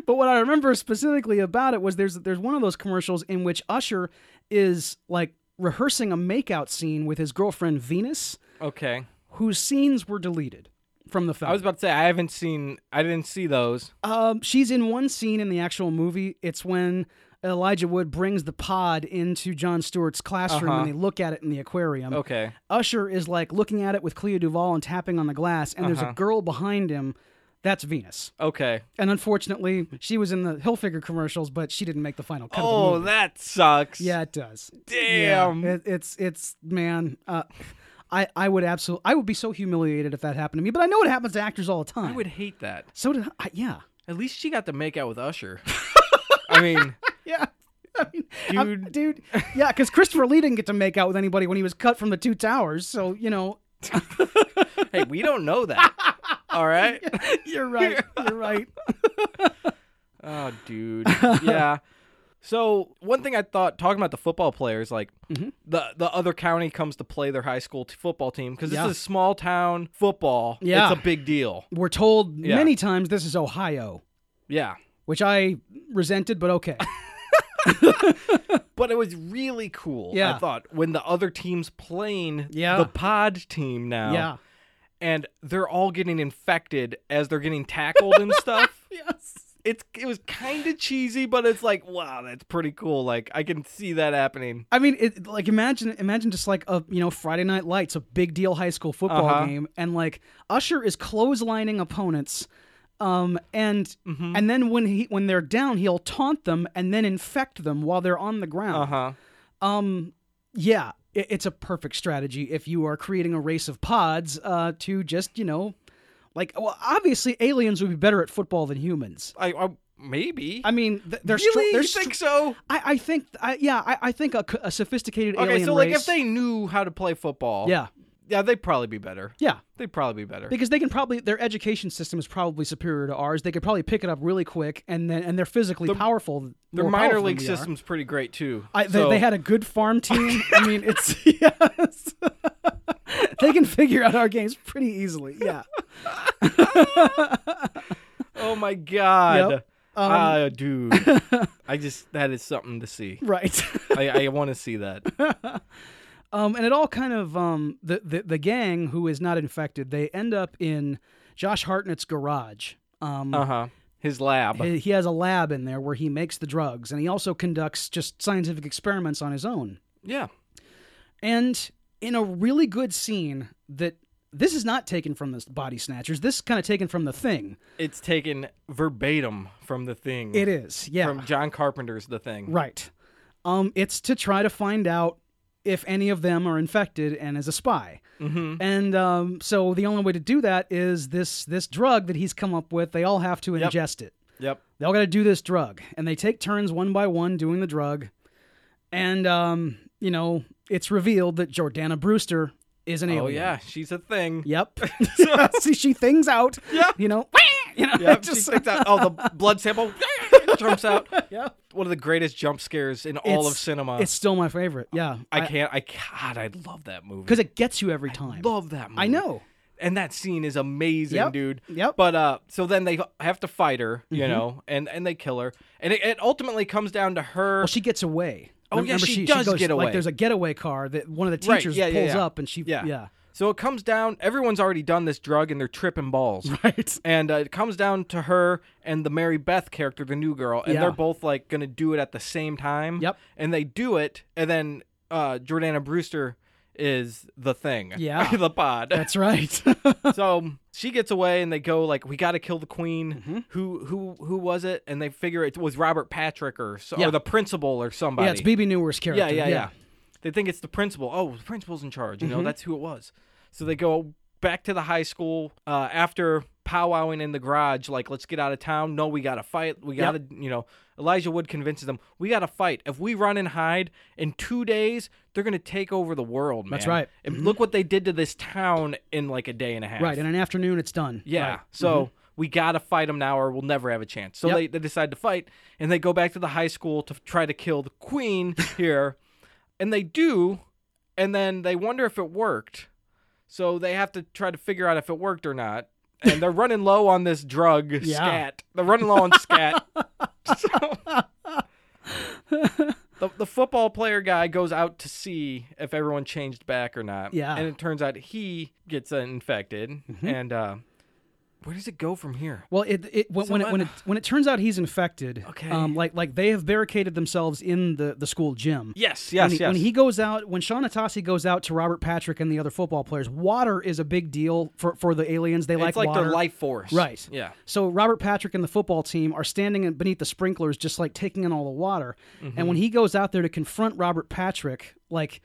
Speaker 2: but what I remember specifically about it was there's there's one of those commercials in which Usher is like rehearsing a makeout scene with his girlfriend Venus,
Speaker 1: Okay.
Speaker 2: whose scenes were deleted from the film.
Speaker 1: I was about to say I haven't seen. I didn't see those.
Speaker 2: Um, she's in one scene in the actual movie. It's when Elijah Wood brings the pod into John Stewart's classroom and they look at it in the aquarium.
Speaker 1: Uh-huh. Okay.
Speaker 2: Usher is like looking at it with Cleo Duvall and tapping on the glass, and
Speaker 1: Uh-huh.
Speaker 2: there's a girl behind him. That's Venus.
Speaker 1: Okay.
Speaker 2: And unfortunately, she was in the Hilfiger commercials, but she didn't make the final cut. of the
Speaker 1: Oh,
Speaker 2: movie.
Speaker 1: that sucks.
Speaker 2: yeah, it does.
Speaker 1: Damn.
Speaker 2: Yeah, it, it's it's man. Uh, I I would absolutely I would be so humiliated if that happened to me. But I know it happens to actors all the time.
Speaker 1: I would hate that.
Speaker 2: So did I, yeah.
Speaker 1: At least she got to make out with Usher. I mean,
Speaker 2: Yeah. I mean, I'm-
Speaker 1: Dude.
Speaker 2: dude. Yeah, because Christopher Lee didn't get to make out with anybody when he was cut from the Two Towers. So you know,
Speaker 1: hey, we don't know that. All right.
Speaker 2: you're right. You're right.
Speaker 1: Oh, dude. Yeah. So one thing I thought talking about the football players, like
Speaker 2: Mm-hmm.
Speaker 1: the the other county comes to play their high school t- football team because this
Speaker 2: Yeah.
Speaker 1: is small town football.
Speaker 2: Yeah.
Speaker 1: it's a big deal.
Speaker 2: We're told many times this is Ohio,
Speaker 1: Yeah,
Speaker 2: which I resented, but okay.
Speaker 1: but it was really cool.
Speaker 2: Yeah.
Speaker 1: I thought when the other team's playing
Speaker 2: Yeah.
Speaker 1: the pod team now.
Speaker 2: Yeah.
Speaker 1: and they're all getting infected as they're getting tackled and stuff.
Speaker 2: Yes.
Speaker 1: it's it was kind of cheesy, but it's like wow, that's pretty cool. Like I can see that happening.
Speaker 2: I mean, it, like imagine imagine just like a you know Friday Night Lights, a big deal high school football
Speaker 1: Uh-huh.
Speaker 2: game, and like Usher is clotheslining opponents, um, and
Speaker 1: Mhm.
Speaker 2: and then when he when they're down, he'll taunt them and then infect them while they're on the
Speaker 1: Uh
Speaker 2: ground.
Speaker 1: huh.
Speaker 2: Um, yeah, it, it's a perfect strategy if you are creating a race of pods uh, to just you know, like well, obviously aliens would be better at football than humans.
Speaker 1: I, I maybe.
Speaker 2: I mean, th- they're str-
Speaker 1: really
Speaker 2: they're
Speaker 1: you
Speaker 2: str-
Speaker 1: think so?
Speaker 2: I, I think, I, yeah, I, I think a, c- a sophisticated
Speaker 1: Okay,
Speaker 2: alien
Speaker 1: so like
Speaker 2: race.
Speaker 1: if they knew how to play football,
Speaker 2: yeah,
Speaker 1: yeah, they'd probably be better.
Speaker 2: yeah,
Speaker 1: They'd probably be better.
Speaker 2: because they can probably their education system is probably superior to ours. They could probably pick it up really quick, and then and they're physically powerful.
Speaker 1: Their
Speaker 2: more
Speaker 1: minor
Speaker 2: powerful than
Speaker 1: league
Speaker 2: we are.
Speaker 1: system's pretty great too.
Speaker 2: I, they,
Speaker 1: So-
Speaker 2: they had a good farm team. I mean, it's yes, they can figure out our games pretty easily. Yeah,
Speaker 1: Oh my god.
Speaker 2: Yep. Um,
Speaker 1: Ah, dude. I just that is something to see.
Speaker 2: right.
Speaker 1: I, I want to see that.
Speaker 2: Um, and it all kind of um, the, the the gang who is not infected, they end up in Josh Hartnett's garage. Um,
Speaker 1: Uh huh. His lab.
Speaker 2: he, he has a lab in there where he makes the drugs, and he also conducts just scientific experiments on his own.
Speaker 1: yeah.
Speaker 2: And in a really good scene that this is not taken from the Body Snatchers. This is kind of taken from the thing.
Speaker 1: It's taken verbatim from the thing.
Speaker 2: It is, yeah,
Speaker 1: from John Carpenter's The Thing.
Speaker 2: right. Um, it's to try to find out if any of them are infected and is a spy.
Speaker 1: Mm-hmm.
Speaker 2: And um, so the only way to do that is this this drug that he's come up with. They all have to
Speaker 1: Yep.
Speaker 2: ingest it.
Speaker 1: Yep.
Speaker 2: they all got to do this drug and they take turns one by one doing the drug and um you know it's revealed that jordana brewster is an
Speaker 1: Oh
Speaker 2: alien
Speaker 1: yeah, she's a thing.
Speaker 2: yep see she things out
Speaker 1: Yeah.
Speaker 2: you know you know
Speaker 1: Yep.
Speaker 2: just
Speaker 1: she takes out all oh, the blood sample jumps out.
Speaker 2: yeah
Speaker 1: One of the greatest jump scares in all of
Speaker 2: It's-
Speaker 1: cinema.
Speaker 2: it's still my favorite yeah
Speaker 1: I can't. I God, I love that movie.
Speaker 2: because it gets you every time
Speaker 1: love that movie.
Speaker 2: i know
Speaker 1: and that scene is amazing,
Speaker 2: Yep,
Speaker 1: dude.
Speaker 2: yep. Mm-hmm.
Speaker 1: But uh, so then they have to fight her, you know, and and they kill her, and it, it ultimately comes down to her.
Speaker 2: well she gets away
Speaker 1: Oh, yeah,
Speaker 2: Remember,
Speaker 1: she
Speaker 2: she,
Speaker 1: does
Speaker 2: goes,
Speaker 1: get away.
Speaker 2: like there's a getaway car that one of the
Speaker 1: Right,
Speaker 2: teachers
Speaker 1: yeah, yeah,
Speaker 2: pulls
Speaker 1: yeah.
Speaker 2: up and she
Speaker 1: yeah,
Speaker 2: yeah
Speaker 1: So it comes down. Everyone's already done this drug, and they're tripping balls.
Speaker 2: right
Speaker 1: And uh, it comes down to her and the Mary Beth character, the new girl, and
Speaker 2: Yeah.
Speaker 1: they're both like gonna do it at the same time.
Speaker 2: Yep.
Speaker 1: And they do it, and then uh, Jordana Brewster is the thing.
Speaker 2: Yeah.
Speaker 1: the pod.
Speaker 2: that's right
Speaker 1: so she gets away and they go like we got to kill the queen
Speaker 2: Mm-hmm.
Speaker 1: who who who was it and they figure it was robert patrick or so,
Speaker 2: Yeah.
Speaker 1: or the principal or somebody
Speaker 2: yeah it's bb newer's character
Speaker 1: yeah, yeah yeah. they think it's the principal oh the principal's in charge you
Speaker 2: Mm-hmm.
Speaker 1: know that's who it was so they go back to the high school uh, after powwowing in the garage like let's get out of town no we gotta fight we gotta you know elijah wood convinces them we gotta fight if we run and hide in two days they're gonna take over the world man.
Speaker 2: That's right.
Speaker 1: and look what they did to this town in like a day and a half
Speaker 2: right in an afternoon it's done
Speaker 1: yeah.
Speaker 2: Right. Mm-hmm.
Speaker 1: So we got to fight them now or we'll never have a chance. So
Speaker 2: Yep.
Speaker 1: they, they decide to fight and they go back to the high school to f- try to kill the queen here. and they do. And then they wonder if it worked. So they have to try to figure out if it worked or not. And they're running low on this drug
Speaker 2: Yeah.
Speaker 1: scat. They're running low on scat. So- the, the football player guy goes out to see if everyone changed back or not.
Speaker 2: Yeah. Mm-hmm.
Speaker 1: And it turns out he gets uh, infected. And uh, where does it go from here?
Speaker 2: Well, it, it when, when it when it when it turns out he's infected,
Speaker 1: Okay.
Speaker 2: um, like like they have barricaded themselves in the the school gym.
Speaker 1: Yes,
Speaker 2: When
Speaker 1: yes,
Speaker 2: he,
Speaker 1: yes.
Speaker 2: when he goes out, when Sean Atassi goes out to Robert Patrick and the other football players, water is a big deal for, for the aliens. They
Speaker 1: it's like,
Speaker 2: water.
Speaker 1: their life force.
Speaker 2: Right.
Speaker 1: Yeah.
Speaker 2: So Robert Patrick and the football team are standing in- beneath the sprinklers, just like taking in all the water. And
Speaker 1: Mm-hmm.
Speaker 2: when he goes out there to confront Robert Patrick, like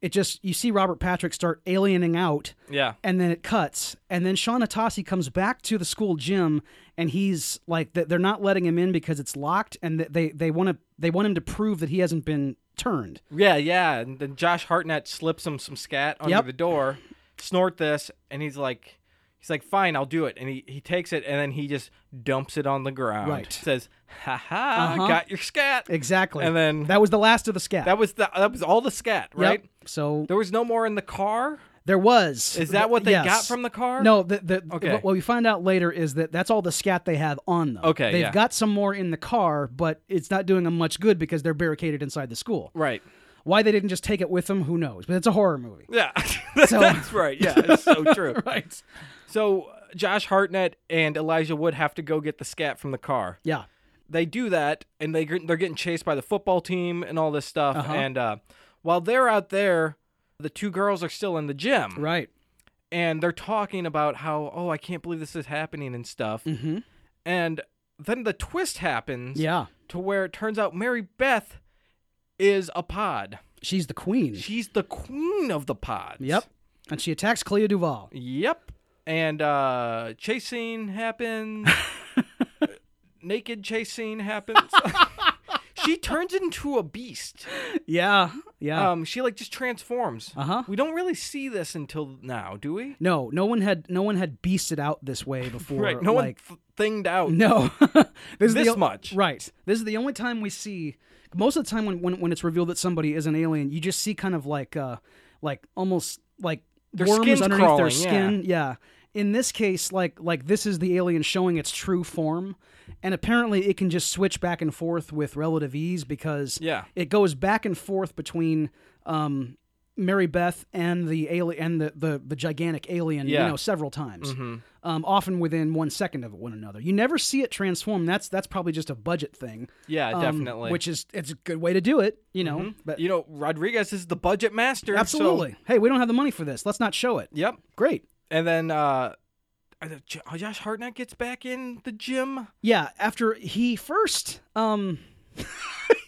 Speaker 2: it just you see Robert Patrick start aliening out
Speaker 1: Yeah.
Speaker 2: and then it cuts and then sean atassi comes back to the school gym and he's like th- they're not letting him in because it's locked and th- they they want to they want him to prove that he hasn't been turned
Speaker 1: Yeah, yeah. And then Josh Hartnett slips him some scat under
Speaker 2: Yep.
Speaker 1: the door, snort this, and he's like, he's like, fine, I'll do it. And he, he takes it and then he just dumps it on the ground.
Speaker 2: Right.
Speaker 1: Says, ha ha,
Speaker 2: Uh-huh.
Speaker 1: got your scat.
Speaker 2: exactly
Speaker 1: And then-
Speaker 2: that was the last of the scat
Speaker 1: That was the, that was all the scat,
Speaker 2: Yep.
Speaker 1: right?
Speaker 2: so
Speaker 1: There was no more in the car.
Speaker 2: there was
Speaker 1: Is that what they
Speaker 2: Yes.
Speaker 1: got from the car?
Speaker 2: no the, the,
Speaker 1: Okay.
Speaker 2: what we find out later is that that's all the scat they have on them
Speaker 1: Okay,
Speaker 2: they've
Speaker 1: yeah.
Speaker 2: got some more in the car but it's not doing them much good because they're barricaded inside the school
Speaker 1: Right.
Speaker 2: Why they didn't just take it with them, who knows? But it's a horror movie.
Speaker 1: Yeah, that's,
Speaker 2: So-
Speaker 1: that's right. Yeah, it's so true.
Speaker 2: Right.
Speaker 1: So uh, Josh Hartnett and Elijah Wood have to go get the scat from the car.
Speaker 2: Yeah.
Speaker 1: They do that, and they gr- they're getting chased by the football team and all this stuff.
Speaker 2: Uh-huh.
Speaker 1: And uh, while they're out there, the two girls are still in the gym,
Speaker 2: Right.
Speaker 1: and they're talking about how oh I can't believe this is happening and stuff.
Speaker 2: Mhm.
Speaker 1: And then the twist happens
Speaker 2: Yeah.
Speaker 1: to where it turns out Mary Beth is a pod.
Speaker 2: She's the queen.
Speaker 1: She's the queen of the pods.
Speaker 2: Yep. And she attacks Clea Duval.
Speaker 1: Yep. And uh chase scene happens. Naked chase scene happens. she turns into a beast.
Speaker 2: Yeah. Yeah.
Speaker 1: Um she like just transforms.
Speaker 2: Ah. Uh-huh.
Speaker 1: We don't really see this until now, do we?
Speaker 2: no, no one had no one had beasted out this way before.
Speaker 1: right. No
Speaker 2: like,
Speaker 1: one th- thinged out.
Speaker 2: No, this, is the
Speaker 1: This
Speaker 2: o-
Speaker 1: much.
Speaker 2: Right. This is the only time we see. Most of the time, when when, when it's revealed that somebody is an alien, you just see kind of like uh, like almost like
Speaker 1: Their
Speaker 2: worms
Speaker 1: skin's
Speaker 2: underneath their
Speaker 1: crawling, yeah.
Speaker 2: skin. Yeah. In this case, like like this is the alien showing its true form, and apparently it can just switch back and forth with relative ease because
Speaker 1: Yeah.
Speaker 2: it goes back and forth between um, Mary Beth and the alien and the, the the gigantic alien,
Speaker 1: Yeah. Mm-hmm.
Speaker 2: you know, several times, um, often within one second of one another. You never see it transform. That's that's probably just a budget thing,
Speaker 1: Yeah,
Speaker 2: um,
Speaker 1: definitely.
Speaker 2: Which is it's a good way to do it, you know. But
Speaker 1: you know, Rodriguez is the budget master. so-
Speaker 2: absolutely, hey, we don't have the money for this. Let's not show it.
Speaker 1: yep.
Speaker 2: Great.
Speaker 1: And then uh I- J- oh, Josh Hartnett gets back in the gym.
Speaker 2: Yeah. After he first, um,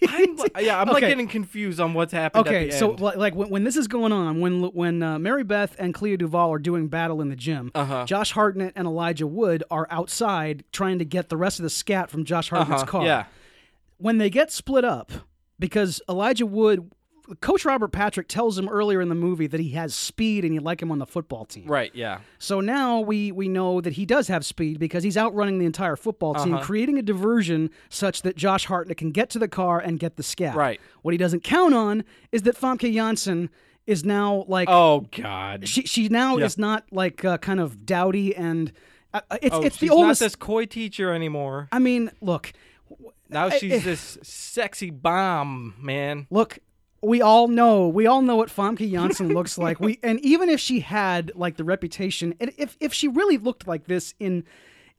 Speaker 1: I'm, li- yeah, I'm like
Speaker 2: Okay.
Speaker 1: getting confused on what's happened. at
Speaker 2: okay,
Speaker 1: the
Speaker 2: so
Speaker 1: end.
Speaker 2: li- like when, when this is going on, when when uh, Mary Beth and Clea Duval are doing battle in the gym,
Speaker 1: Uh-huh.
Speaker 2: Josh Hartnett and Elijah Wood are outside trying to get the rest of the scat from Josh Hartnett's
Speaker 1: Uh-huh,
Speaker 2: car.
Speaker 1: Yeah.
Speaker 2: When they get split up, because Elijah Wood, Coach Robert Patrick tells him earlier in the movie that he has speed and he'd like him on the football team.
Speaker 1: Right, yeah.
Speaker 2: So now we we know that he does have speed because he's outrunning the entire football team,
Speaker 1: Uh-huh.
Speaker 2: creating a diversion such that Josh Hartnett can get to the car and get the scat.
Speaker 1: Right.
Speaker 2: What he doesn't count on is that Famke Janssen is now like
Speaker 1: Oh God.
Speaker 2: she she now is not like uh, kind of dowdy and uh, uh, it's
Speaker 1: Oh,
Speaker 2: it's
Speaker 1: she's
Speaker 2: the oldest.
Speaker 1: not this coy teacher anymore.
Speaker 2: I mean, look,
Speaker 1: Now she's this sexy bomb, man.
Speaker 2: look. We all know, we all know what Famke Janssen looks like. We and even if she had like the reputation, and if if she really looked like this in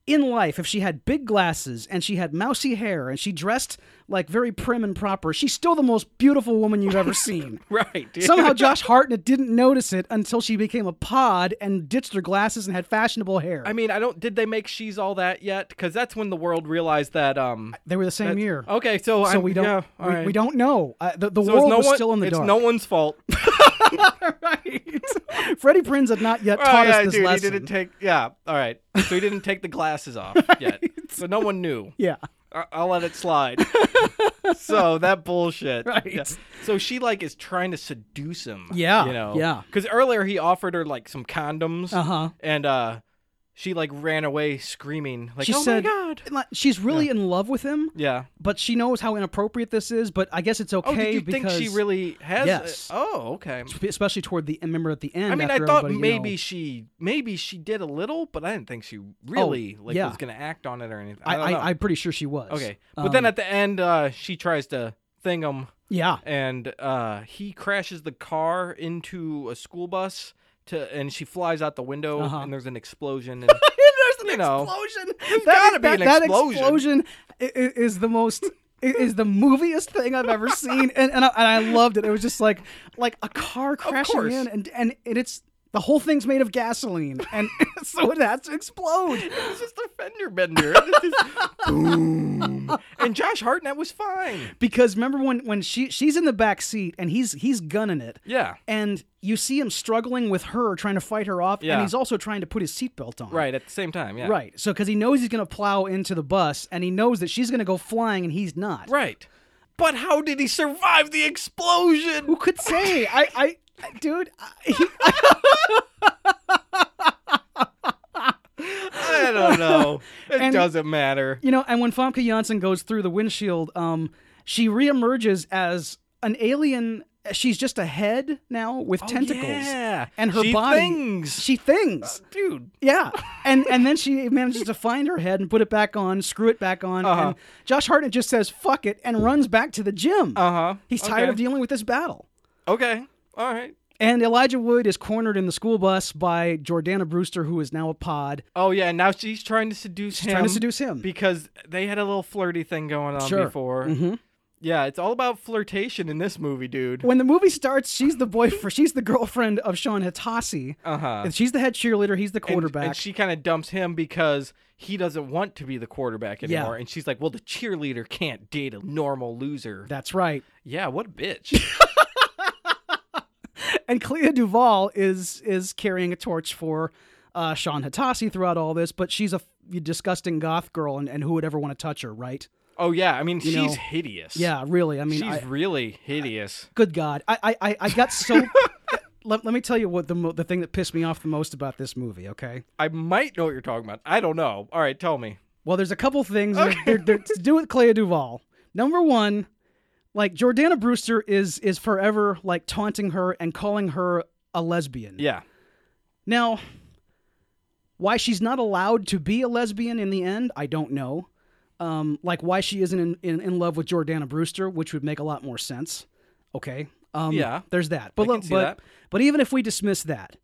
Speaker 2: in life, if she had big glasses and she had mousy hair and she dressed like very prim and proper, she's still the most beautiful woman you've ever seen.
Speaker 1: Right. dude.
Speaker 2: Somehow Josh Hartnett didn't notice it until she became a pod and ditched her glasses and had fashionable hair.
Speaker 1: I mean, I don't. Did they make she's all that yet? Because that's when the world realized that. Um.
Speaker 2: they were the same year.
Speaker 1: Okay, so,
Speaker 2: so
Speaker 1: I'm,
Speaker 2: we don't
Speaker 1: Yeah, all
Speaker 2: we,
Speaker 1: right.
Speaker 2: we don't know. Uh, the the
Speaker 1: So it's
Speaker 2: world
Speaker 1: no
Speaker 2: was
Speaker 1: one,
Speaker 2: still in the
Speaker 1: it's
Speaker 2: dark.
Speaker 1: no one's fault.
Speaker 2: right. Freddie Prinz had not yet
Speaker 1: Oh,
Speaker 2: taught
Speaker 1: yeah,
Speaker 2: us this
Speaker 1: dude,
Speaker 2: lesson.
Speaker 1: he didn't take. Yeah. All right. So he didn't take the glasses off yet. So no one knew.
Speaker 2: yeah.
Speaker 1: I- I'll let it slide. so that bullshit.
Speaker 2: Right.
Speaker 1: So she like is trying to seduce him.
Speaker 2: Yeah,
Speaker 1: You know.
Speaker 2: yeah.
Speaker 1: Because earlier he offered her like some condoms.
Speaker 2: Uh-huh.
Speaker 1: And uh, she like ran away screaming like,
Speaker 2: She
Speaker 1: "Oh
Speaker 2: said
Speaker 1: my god!"
Speaker 2: like, she's really in love with him,
Speaker 1: Yeah.
Speaker 2: but she knows how inappropriate this is. But I guess it's okay
Speaker 1: Oh, did you think
Speaker 2: because,
Speaker 1: she really has?
Speaker 2: Yes.
Speaker 1: Oh, okay.
Speaker 2: especially toward the remember at the end.
Speaker 1: I mean, I
Speaker 2: after
Speaker 1: thought
Speaker 2: everybody, you know- Oh,
Speaker 1: maybe she maybe she did a little, but I didn't think she really like
Speaker 2: yeah.
Speaker 1: was gonna act on it or anything.
Speaker 2: I,
Speaker 1: don't know.
Speaker 2: I, I'm pretty sure she was.
Speaker 1: okay. But then
Speaker 2: Um,
Speaker 1: at the end, uh, she tries to thing him.
Speaker 2: yeah,
Speaker 1: and uh, he crashes the car into a school bus to, and she flies out the window,
Speaker 2: Uh-huh.
Speaker 1: and there's an explosion. And,
Speaker 2: there's an
Speaker 1: You know,
Speaker 2: explosion.
Speaker 1: gotta
Speaker 2: that,
Speaker 1: be an
Speaker 2: that
Speaker 1: explosion.
Speaker 2: explosion i- i- is the most i- is the moviest thing I've ever seen, and and I, and I loved it. It was just like like a car crashing
Speaker 1: course.
Speaker 2: in, and and and it's the whole thing's made of gasoline, and so it has to explode.
Speaker 1: it's just a fender bender. It's just boom. And Josh Hartnett was fine.
Speaker 2: Because remember when when she she's in the back seat and he's he's gunning it.
Speaker 1: Yeah.
Speaker 2: And you see him struggling with her, trying to fight her off, and
Speaker 1: Yeah.
Speaker 2: he's also trying to put his seatbelt on.
Speaker 1: Right at the same time. Yeah.
Speaker 2: Right. So, because he knows he's going to plow into the bus and he knows that she's going to go flying and he's not.
Speaker 1: Right. But how did he survive the explosion?
Speaker 2: Who could say? I, I, I- dude, I,
Speaker 1: I don't know. It
Speaker 2: And-
Speaker 1: doesn't matter.
Speaker 2: you know, and when Famke Janssen goes through the windshield, um, she reemerges as an alien. She's just a head now with
Speaker 1: Oh,
Speaker 2: tentacles.
Speaker 1: yeah.
Speaker 2: And her
Speaker 1: She
Speaker 2: body.
Speaker 1: things.
Speaker 2: She things.
Speaker 1: Dude.
Speaker 2: Yeah, and and then she manages to find her head and put it back on, screw it back on,
Speaker 1: Uh-huh.
Speaker 2: and Josh Hartnett just says "fuck it" and runs back to the gym.
Speaker 1: Uh huh.
Speaker 2: He's tired of dealing with this battle.
Speaker 1: Okay. All right.
Speaker 2: And Elijah Wood is cornered in the school bus by Jordana Brewster, who is now a pod,
Speaker 1: Oh yeah. Now she's trying to seduce him.
Speaker 2: trying to seduce him.
Speaker 1: because they had a little flirty thing going on
Speaker 2: Sure.
Speaker 1: before.
Speaker 2: Mhm.
Speaker 1: Yeah, it's all about flirtation in this movie, dude.
Speaker 2: When the movie starts, she's the boyfriend, she's the girlfriend of Sean Hitasi.
Speaker 1: Uh huh.
Speaker 2: And she's the head cheerleader. He's the quarterback.
Speaker 1: And, she kind of dumps him because he doesn't want to be the quarterback
Speaker 2: Yeah.
Speaker 1: anymore. And she's like, well, the cheerleader can't date a normal loser.
Speaker 2: That's right.
Speaker 1: yeah, what a bitch.
Speaker 2: And Clea Duvall is is carrying a torch for uh, Sean Hitasi throughout all this, but she's a f- disgusting goth girl, and, and who would ever want to touch her, right?
Speaker 1: oh, yeah. I mean, she's
Speaker 2: know,
Speaker 1: hideous.
Speaker 2: Yeah, really. I mean,
Speaker 1: She's
Speaker 2: I,
Speaker 1: really hideous.
Speaker 2: good God, I I, I, I got so. let, let me tell you what the mo- the thing that pissed me off the most about this movie. Okay,
Speaker 1: I might know what you're talking about. I don't know. All right, tell me.
Speaker 2: well, there's a couple things that they're, they're, to do with Clea Duvall. Number one, like Jordana Brewster is is forever like taunting her and calling her a lesbian.
Speaker 1: Yeah.
Speaker 2: Now, why she's not allowed to be a lesbian in the end, I don't know. Um, like why she isn't in, in, in love with Jordana Brewster, which would make a lot more sense. Okay. Um,
Speaker 1: Yeah.
Speaker 2: There's that. But
Speaker 1: can
Speaker 2: look-
Speaker 1: see
Speaker 2: but,
Speaker 1: that.
Speaker 2: but even if we dismiss that,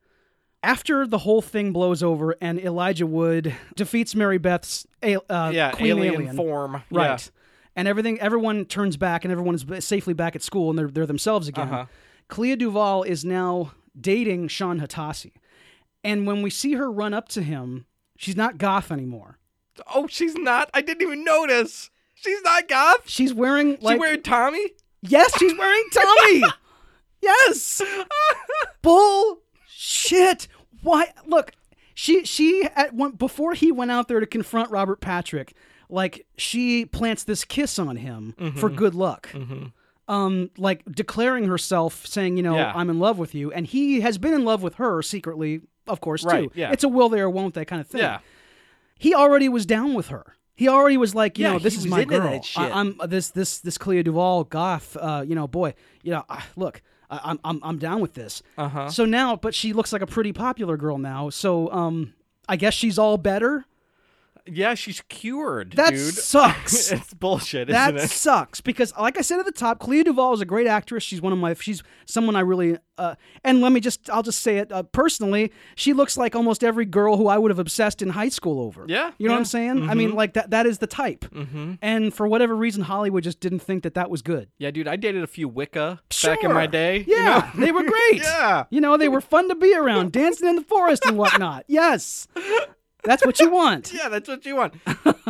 Speaker 2: after the whole thing blows over and Elijah Wood defeats Mary Beth's a- uh,
Speaker 1: Yeah.
Speaker 2: Queen
Speaker 1: alien,
Speaker 2: Alien,
Speaker 1: form. Yeah.
Speaker 2: right? And everything, everyone turns back, and everyone's b- safely back at school, and they're they're themselves again.
Speaker 1: Uh-huh.
Speaker 2: Clea Duval is now dating Sean Hatasi, and when we see her run up to him, she's not goth anymore.
Speaker 1: Oh, she's not. I didn't even notice. She's not goth.
Speaker 2: She's wearing like
Speaker 1: she wearing Tommy?
Speaker 2: yes, she's wearing Tommy. yes, bull shit. Why? Look, she she at one before he went out there to confront Robert Patrick, like she plants this kiss on him
Speaker 1: Mm-hmm.
Speaker 2: for good luck. um, like declaring herself, saying, you know,
Speaker 1: Yeah.
Speaker 2: I'm in love with you, and he has been in love with her secretly, of course,
Speaker 1: Right,
Speaker 2: too.
Speaker 1: yeah.
Speaker 2: It's a will they or won't they kind of thing.
Speaker 1: Yeah.
Speaker 2: He already was down with her. He already was like, you
Speaker 1: Yeah,
Speaker 2: know, this
Speaker 1: he
Speaker 2: is
Speaker 1: was
Speaker 2: my
Speaker 1: into
Speaker 2: girl.
Speaker 1: that shit.
Speaker 2: I, am this this this Clea Duvall goth, uh, you know, boy, you know, I, look, I, I'm I'm I'm down with this.
Speaker 1: Uh-huh.
Speaker 2: So now, but she looks like a pretty popular girl now. So um, I guess she's all better.
Speaker 1: Yeah, she's cured,
Speaker 2: That
Speaker 1: dude.
Speaker 2: sucks.
Speaker 1: it's bullshit,
Speaker 2: That
Speaker 1: isn't it?
Speaker 2: sucks because, like I said at the top, Clea Duvall is a great actress. She's one of my, she's someone I really, uh, and let me just, I'll just say it uh, personally. She looks like almost every girl who I would have obsessed in high school over.
Speaker 1: Yeah,
Speaker 2: you know what
Speaker 1: yeah. Mm-hmm.
Speaker 2: I'm saying? I mean, like that—that is the type. Mm-hmm. And for whatever reason, Hollywood just didn't think that that was good.
Speaker 1: Yeah, dude, I dated a few Wicca back in my
Speaker 2: Sure.
Speaker 1: day. you
Speaker 2: Yeah,
Speaker 1: know?
Speaker 2: they were great.
Speaker 1: Yeah.
Speaker 2: you know, they were fun to be around, dancing in the forest and whatnot. Yes, that's what you want.
Speaker 1: Yeah, that's what you want.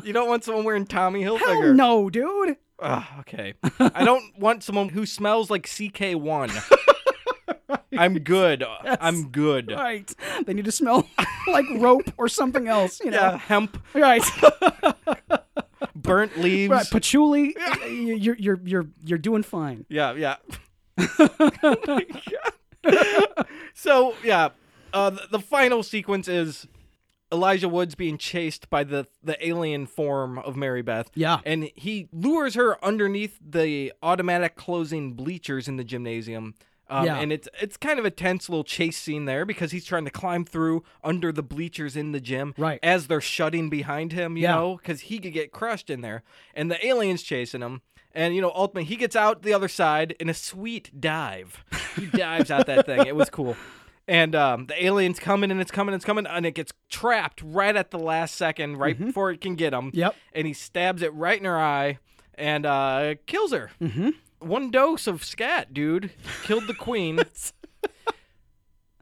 Speaker 1: you don't want someone wearing Tommy
Speaker 2: Hell
Speaker 1: Hilfiger.
Speaker 2: no, dude.
Speaker 1: Ugh, okay. I don't want someone who smells like CK1. I'm good. I'm good.
Speaker 2: Right. They need to smell like rope or something else. You know.
Speaker 1: Yeah, hemp,
Speaker 2: Right.
Speaker 1: burnt leaves.
Speaker 2: Right, patchouli. y- y- You're you're you're you're doing fine.
Speaker 1: Yeah, yeah. so yeah, uh, the, the final sequence is Elijah Woods being chased by the the alien form of Mary Beth.
Speaker 2: Yeah.
Speaker 1: and he lures her underneath the automatic closing bleachers in the gymnasium. Um,
Speaker 2: Yeah.
Speaker 1: and it's it's kind of a tense little chase scene there because he's trying to climb through under the bleachers in the gym
Speaker 2: Right.
Speaker 1: as they're shutting behind him, you
Speaker 2: Yeah.
Speaker 1: know, because he could get crushed in there. And the aliens chasing him. And, you know, ultimately, he gets out the other side in a sweet dive. He dives out that thing. It was cool. And um, the alien's coming and it's coming and it's coming. And it gets trapped right at the last second, right before it can get him.
Speaker 2: Mm-hmm. Yep.
Speaker 1: And he stabs it right in her eye and uh, kills her. Mm-hmm. One dose of scat, dude. Killed the queen.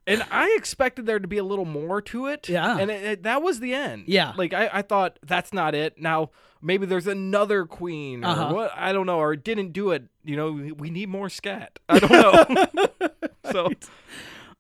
Speaker 1: And I expected there to be a little more to it.
Speaker 2: Yeah.
Speaker 1: And it, it- that was the end.
Speaker 2: Yeah.
Speaker 1: Like, I, I thought that's not it. Now, maybe there's another queen or
Speaker 2: Uh-huh.
Speaker 1: what? I don't know. Or it didn't do it. You know, we- we need more scat. I don't know. so,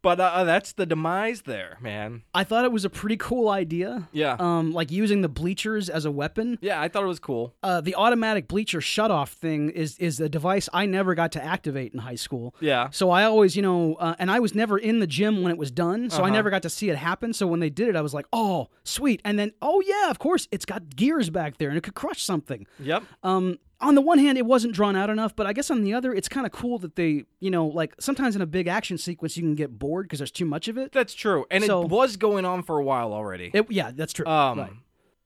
Speaker 1: but uh, that's the demise there, man.
Speaker 2: I thought it was a pretty cool idea.
Speaker 1: Yeah.
Speaker 2: Um, like using the bleachers as a weapon.
Speaker 1: yeah, I thought it was cool.
Speaker 2: Uh, the automatic bleacher shutoff thing is is a device I never got to activate in high school.
Speaker 1: Yeah.
Speaker 2: So I always, you know, uh, and I was never in the gym when it was done,
Speaker 1: Uh-huh.
Speaker 2: so I never got to see it happen. So when they did it, I was like, oh, sweet. And then, oh yeah, of course, it's got gears back there and it could crush something.
Speaker 1: Yep.
Speaker 2: Um, on the one hand, it wasn't drawn out enough, but I guess on the other, it's kind of cool that they, you know, like sometimes in a big action sequence, you can get bored because there's too much of it.
Speaker 1: That's true. And
Speaker 2: So-
Speaker 1: it was going on for a while already.
Speaker 2: It- yeah, that's true.
Speaker 1: Um,
Speaker 2: Right.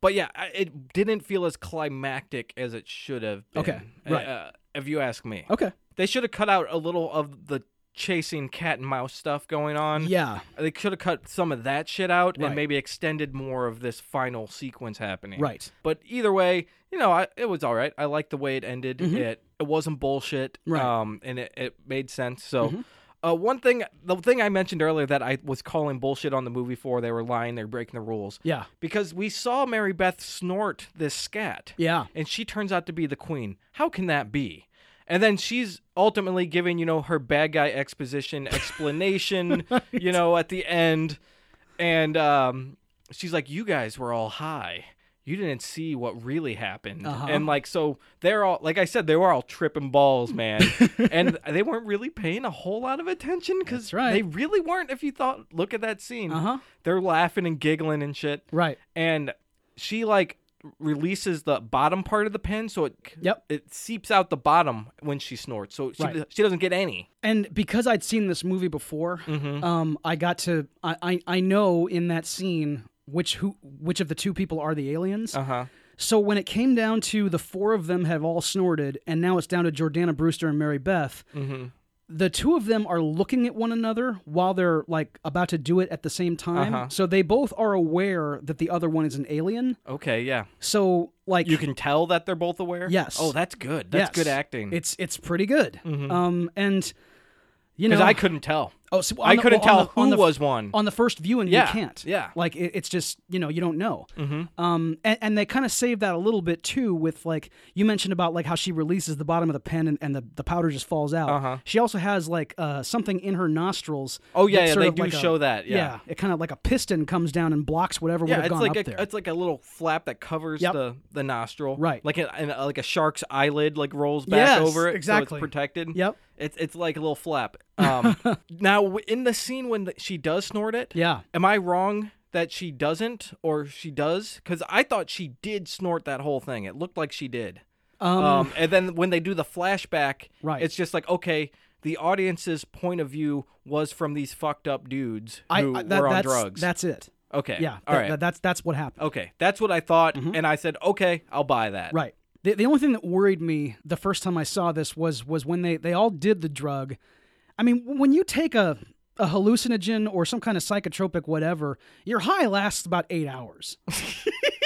Speaker 1: but yeah, I- it didn't feel as climactic as it should have. Been,
Speaker 2: Okay,
Speaker 1: uh,
Speaker 2: right.
Speaker 1: uh, if you ask me,
Speaker 2: Okay.
Speaker 1: they should have cut out a little of the chasing cat and mouse stuff going on.
Speaker 2: Yeah.
Speaker 1: They could have cut some of that shit out
Speaker 2: Right.
Speaker 1: and maybe extended more of this final sequence happening.
Speaker 2: Right.
Speaker 1: But either way, you know, I, it was all right. I liked the way it ended. It it wasn't bullshit.
Speaker 2: Mm-hmm. Right. Mm-hmm.
Speaker 1: Um, and it, it made sense. So. Uh, one thing, the thing I mentioned earlier that I was calling bullshit on the movie for, they were lying, they're breaking the rules.
Speaker 2: Yeah.
Speaker 1: Because we saw Mary Beth snort this scat
Speaker 2: Yeah.
Speaker 1: and she turns out to be the queen. How can that be? And then she's ultimately giving, you know, her bad guy exposition explanation, you know, at the end. And um, she's like, You guys were all high. You didn't see what really happened.
Speaker 2: Uh-huh.
Speaker 1: And like, so they're all, like I said, they were all tripping balls, man. and they weren't really paying a whole lot of attention because
Speaker 2: That's right.
Speaker 1: they really weren't. If you thought, look at that scene,
Speaker 2: Uh-huh.
Speaker 1: they're laughing and giggling and shit
Speaker 2: Right.
Speaker 1: and she like releases the bottom part of the pen so it
Speaker 2: Yep.
Speaker 1: it seeps out the bottom when she snorts so she,
Speaker 2: Right.
Speaker 1: she doesn't get any
Speaker 2: And because I'd seen this movie before, um, I got to I, I I know in that scene which who which of the two people are the aliens.
Speaker 1: uh-huh
Speaker 2: So when it came down to the four of them have all snorted, and now it's down to Jordana Brewster and Mary Beth.
Speaker 1: Mm-hmm.
Speaker 2: The two of them are looking at one another while they're like about to do it at the same time.
Speaker 1: Uh-huh.
Speaker 2: So they both are aware that the other one is an alien.
Speaker 1: okay yeah
Speaker 2: So like
Speaker 1: you can tell that they're both aware
Speaker 2: Yes.
Speaker 1: oh that's good that's
Speaker 2: yes.
Speaker 1: good acting Mm-hmm.
Speaker 2: It's it's pretty good. Um and you know
Speaker 1: because i couldn't tell
Speaker 2: oh, so on
Speaker 1: i
Speaker 2: the-
Speaker 1: couldn't
Speaker 2: well, on
Speaker 1: tell
Speaker 2: the-
Speaker 1: who
Speaker 2: on the-
Speaker 1: was one
Speaker 2: on the first viewing
Speaker 1: Yeah,
Speaker 2: you can't
Speaker 1: yeah.
Speaker 2: like it, it's just you know you don't know mm-hmm. um and, and they kind of save that a little bit too with like you mentioned about like how she releases the bottom of the pen and, and the, the powder just falls out uh-huh. she also has like uh something in her nostrils
Speaker 1: Oh, yeah,
Speaker 2: that
Speaker 1: yeah,
Speaker 2: sort
Speaker 1: they
Speaker 2: of
Speaker 1: do
Speaker 2: like a-
Speaker 1: show that, yeah.
Speaker 2: it kind of like a piston comes down and blocks whatever would
Speaker 1: yeah
Speaker 2: have
Speaker 1: it's
Speaker 2: gone
Speaker 1: like
Speaker 2: up
Speaker 1: a
Speaker 2: there
Speaker 1: it's like a little flap that covers
Speaker 2: Yep.
Speaker 1: the the nostril
Speaker 2: Right.
Speaker 1: like a, and, uh, like a shark's eyelid like rolls back
Speaker 2: Yes,
Speaker 1: over it so
Speaker 2: exactly.
Speaker 1: it's protected
Speaker 2: Yep.
Speaker 1: it's it's like a little flap um now w- in the scene when the, she does snort it
Speaker 2: yeah
Speaker 1: Am I wrong that she doesn't or she does? Because I thought she did snort that whole thing. It looked like she did. Um, and then when they do the flashback,
Speaker 2: Right.
Speaker 1: it's just like, okay, the audience's point of view was from these fucked up dudes
Speaker 2: I,
Speaker 1: who
Speaker 2: I- that,
Speaker 1: were on
Speaker 2: that's,
Speaker 1: drugs.
Speaker 2: that's it
Speaker 1: okay.
Speaker 2: yeah
Speaker 1: All
Speaker 2: that-
Speaker 1: right.
Speaker 2: that- that's that's what happened
Speaker 1: okay. That's what I thought. And I said, okay, I'll buy that.
Speaker 2: Right. The, the only thing that worried me the first time I saw this was was when they, they all did the drug. I mean, when you take a, a hallucinogen or some kind of psychotropic whatever, your high lasts about eight hours.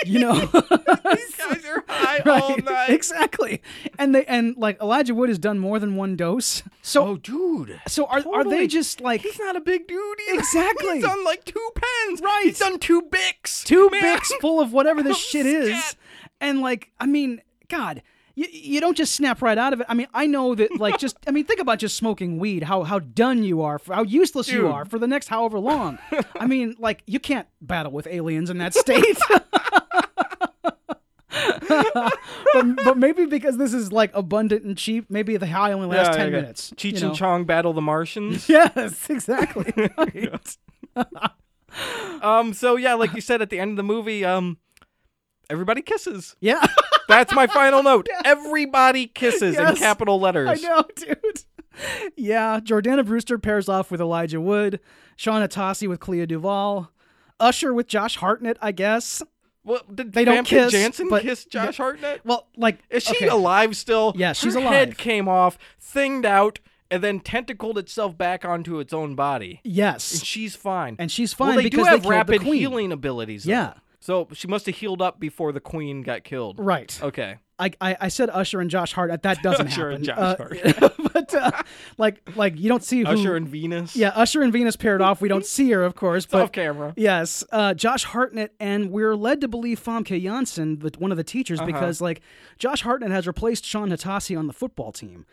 Speaker 2: you know?
Speaker 1: These guys are high all night.
Speaker 2: exactly. And they and like Elijah Wood has done more than one dose. So
Speaker 1: Oh, dude.
Speaker 2: so are are
Speaker 1: totally.
Speaker 2: they just like
Speaker 1: He's not a big dude either.
Speaker 2: Exactly.
Speaker 1: He's done like two pens.
Speaker 2: Right.
Speaker 1: He's done two Bics.
Speaker 2: two
Speaker 1: Man.
Speaker 2: bics full of whatever this shit is
Speaker 1: Scat.
Speaker 2: and like i mean god you, you don't just snap right out of it i mean i know that like just i mean think about just smoking weed how how done you are for, how useless you
Speaker 1: Dude.
Speaker 2: are for the next however long i mean like you can't battle with aliens in that state but, but maybe because this is like abundant and cheap maybe the high only lasts
Speaker 1: Yeah,
Speaker 2: 10
Speaker 1: yeah.
Speaker 2: minutes
Speaker 1: Cheech
Speaker 2: you know?
Speaker 1: and Chong battle the Martians.
Speaker 2: yes exactly right.
Speaker 1: um. So yeah, like you said at the end of the movie, um, everybody kisses.
Speaker 2: yeah
Speaker 1: That's my final note. Everybody kisses in
Speaker 2: Yes.
Speaker 1: capital
Speaker 2: I
Speaker 1: letters.
Speaker 2: know, dude. Yeah, Jordana Brewster pairs off with Elijah Wood, Shauna Tossi with Clea Duvall, Usher with Josh Hartnett, I guess.
Speaker 1: Well, did
Speaker 2: They don't
Speaker 1: Famke
Speaker 2: kiss,
Speaker 1: Janssen
Speaker 2: but-
Speaker 1: kiss Josh Hartnett?
Speaker 2: Well, like
Speaker 1: Is she
Speaker 2: okay.
Speaker 1: alive still?
Speaker 2: Yeah, she's
Speaker 1: Her
Speaker 2: alive.
Speaker 1: Head came off, thinged out, and then tentacled itself back onto its own body.
Speaker 2: Yes,
Speaker 1: She's fine.
Speaker 2: and she's fine
Speaker 1: well, they do
Speaker 2: because
Speaker 1: have
Speaker 2: they killed
Speaker 1: rapid
Speaker 2: the queen.
Speaker 1: healing abilities. though.
Speaker 2: Yeah.
Speaker 1: So she must have healed up before the queen got killed.
Speaker 2: Right.
Speaker 1: Okay.
Speaker 2: I, I I said Usher and Josh Hartnett. That doesn't
Speaker 1: Usher
Speaker 2: happen.
Speaker 1: and Josh
Speaker 2: Uh, but uh, like like you don't see who.
Speaker 1: Usher and Venus.
Speaker 2: yeah, Usher and Venus paired off. We don't see her, of course. but
Speaker 1: Off camera.
Speaker 2: Yes, uh, Josh Hartnett, and we're led to believe Famke Janssen, the, one of the teachers,
Speaker 1: Uh-huh.
Speaker 2: because like Josh Hartnett has replaced Sean Hatasi on the football team.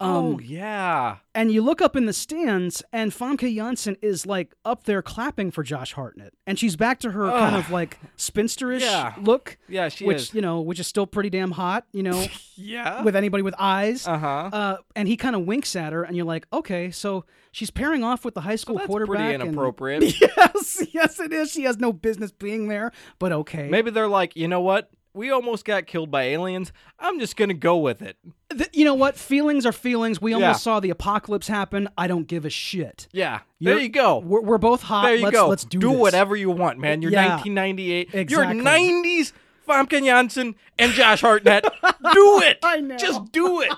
Speaker 1: oh
Speaker 2: Um,
Speaker 1: yeah.
Speaker 2: And you look up in the stands, and Famke Janssen is like up there clapping for Josh Hartnett, and she's back to her kind of like spinster-ish
Speaker 1: Yeah.
Speaker 2: look.
Speaker 1: Yeah, she
Speaker 2: which
Speaker 1: is.
Speaker 2: you know, which is still pretty damn hot, you know,
Speaker 1: Yeah.
Speaker 2: with anybody with eyes.
Speaker 1: uh huh.
Speaker 2: Uh, and he kind of winks at her, and you're like, okay, so she's pairing off with the high school
Speaker 1: That's
Speaker 2: quarterback.
Speaker 1: pretty
Speaker 2: and-
Speaker 1: inappropriate.
Speaker 2: Yes, yes, it is. She has no business being there, but okay.
Speaker 1: Maybe they're like, you know what? We almost got killed by aliens. I'm just gonna go with it.
Speaker 2: Th- you know what? Feelings are feelings. We
Speaker 1: Yeah.
Speaker 2: almost saw the apocalypse happen. I don't give a shit.
Speaker 1: Yeah. there
Speaker 2: You're-
Speaker 1: you go.
Speaker 2: We're, we're both hot.
Speaker 1: There you
Speaker 2: let's,
Speaker 1: go.
Speaker 2: Let's do, this.
Speaker 1: whatever you want, man. You're
Speaker 2: Yeah.
Speaker 1: 1998.
Speaker 2: Exactly.
Speaker 1: You're 90s. Famke Janssen and Josh Hartnett. do it.
Speaker 2: I know.
Speaker 1: Just do it.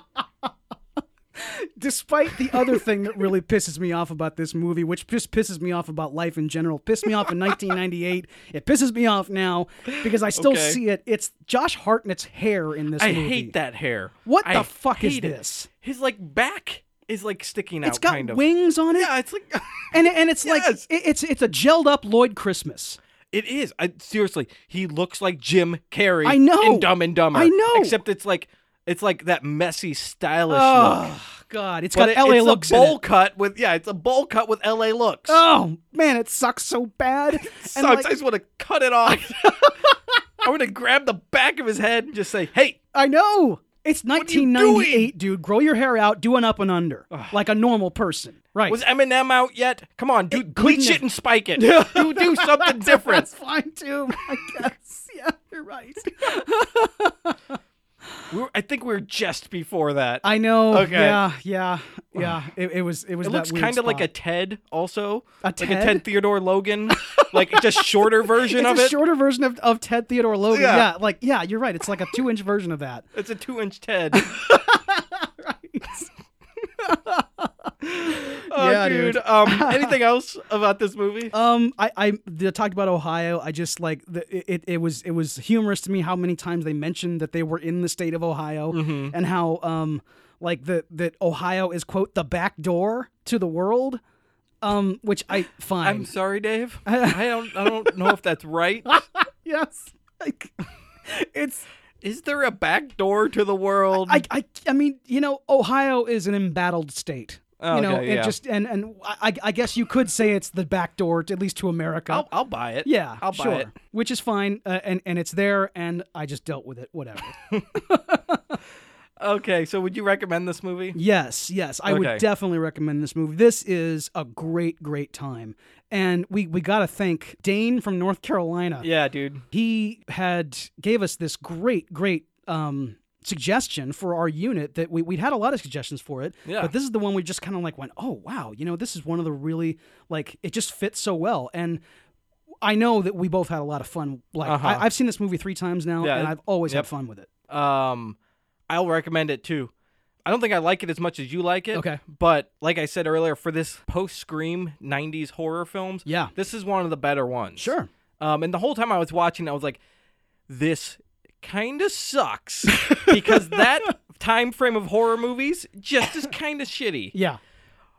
Speaker 2: despite the other thing that really pisses me off about this movie, which just pisses me off about life in general, pissed me off in 1998. It pisses me off now because I still
Speaker 1: Okay.
Speaker 2: see it. It's Josh Hartnett's hair in this
Speaker 1: I
Speaker 2: movie.
Speaker 1: hate that hair.
Speaker 2: What
Speaker 1: I
Speaker 2: the fuck is
Speaker 1: hate it.
Speaker 2: this?
Speaker 1: His like back is like sticking out.
Speaker 2: It's got
Speaker 1: kind of.
Speaker 2: wings on it,
Speaker 1: Yeah, it's like
Speaker 2: and and it's like
Speaker 1: Yes.
Speaker 2: it- it's it's a gelled up Lloyd Christmas.
Speaker 1: it is. I seriously, he looks like Jim Carrey.
Speaker 2: I know.
Speaker 1: In Dumb and Dumber.
Speaker 2: I know.
Speaker 1: Except it's like it's like that messy, stylish look.
Speaker 2: Oh God, it's got
Speaker 1: But it-
Speaker 2: LA
Speaker 1: it's
Speaker 2: looks
Speaker 1: a
Speaker 2: in it.
Speaker 1: bowl cut with yeah, it's a bowl cut with LA looks.
Speaker 2: Oh man, it sucks so bad.
Speaker 1: Sucks. I just want to cut it off. I want to grab the back of his head and just say, "Hey,
Speaker 2: I know. It's
Speaker 1: are you
Speaker 2: 1998, dude. Grow your hair out, do an up and under like a normal person. Right.
Speaker 1: was Eminem out yet? Come on, do
Speaker 2: couldn't
Speaker 1: bleach
Speaker 2: have-
Speaker 1: it and spike it. do do something different."
Speaker 2: That's fine too, I guess. Yeah, you're right.
Speaker 1: We were, I think we were just before that.
Speaker 2: I know.
Speaker 1: Okay.
Speaker 2: Yeah, yeah, yeah. It, it was. It was.
Speaker 1: it
Speaker 2: that
Speaker 1: looks
Speaker 2: weird
Speaker 1: kind of like a
Speaker 2: spot.
Speaker 1: Ted, also
Speaker 2: A
Speaker 1: like
Speaker 2: Ted?
Speaker 1: a Ted Theodore Logan, like just shorter version
Speaker 2: It's
Speaker 1: of
Speaker 2: a
Speaker 1: it.
Speaker 2: shorter version of, of Ted Theodore Logan. Yeah.
Speaker 1: Yeah.
Speaker 2: like yeah, you're right. It's like a two inch version of that.
Speaker 1: it's a two-inch Ted.
Speaker 2: Right.
Speaker 1: Oh,
Speaker 2: Yeah,
Speaker 1: dude.
Speaker 2: dude.
Speaker 1: Um, anything else about this movie?
Speaker 2: Um, I I they talked about Ohio. I just like the, it. It was it was humorous to me how many times they mentioned that they were in the state of Ohio
Speaker 1: Mm-hmm.
Speaker 2: and how um like the that Ohio is quote the back door to the world, um which I
Speaker 1: I'm
Speaker 2: find
Speaker 1: sorry, Dave. I don't. I don't know if that's right.
Speaker 2: yes like it's
Speaker 1: Is there a back door to the world?
Speaker 2: I, I I mean you know Ohio is an embattled state.
Speaker 1: Oh, Okay,
Speaker 2: you know, it
Speaker 1: yeah.
Speaker 2: just and and I, I guess you could say it's the back door, to, at least to America.
Speaker 1: will I'll buy it.
Speaker 2: Yeah,
Speaker 1: I'll buy
Speaker 2: sure.
Speaker 1: it.
Speaker 2: Which is fine, uh, and and it's there, and I just dealt with it. Whatever.
Speaker 1: Okay, so would you recommend this movie?
Speaker 2: yes, yes, I would
Speaker 1: Okay.
Speaker 2: definitely recommend this movie. This is a great, great time, and we we got to thank Dane from North Carolina.
Speaker 1: Yeah, dude.
Speaker 2: He had gave us this great, great. Um, suggestion for our unit that we, we'd had a lot of suggestions for it
Speaker 1: Yeah.
Speaker 2: but this is the one we just kind of like went oh wow you know this is one of the really like it just fits so well and i know that we both had a lot of fun like
Speaker 1: Uh-huh.
Speaker 2: I, i've seen this movie three times now
Speaker 1: Yeah,
Speaker 2: and
Speaker 1: it-
Speaker 2: i've always
Speaker 1: yep.
Speaker 2: had fun with it
Speaker 1: Um, I'll recommend it too. I don't think I like it as much as you like it.
Speaker 2: Okay.
Speaker 1: But like I said earlier, for this post Scream '90s horror films,
Speaker 2: Yeah.
Speaker 1: this is one of the better ones.
Speaker 2: Sure.
Speaker 1: Um, and the whole time I was watching, I was like, this kind of sucks because that time frame of horror movies just is kind of shitty.
Speaker 2: Yeah.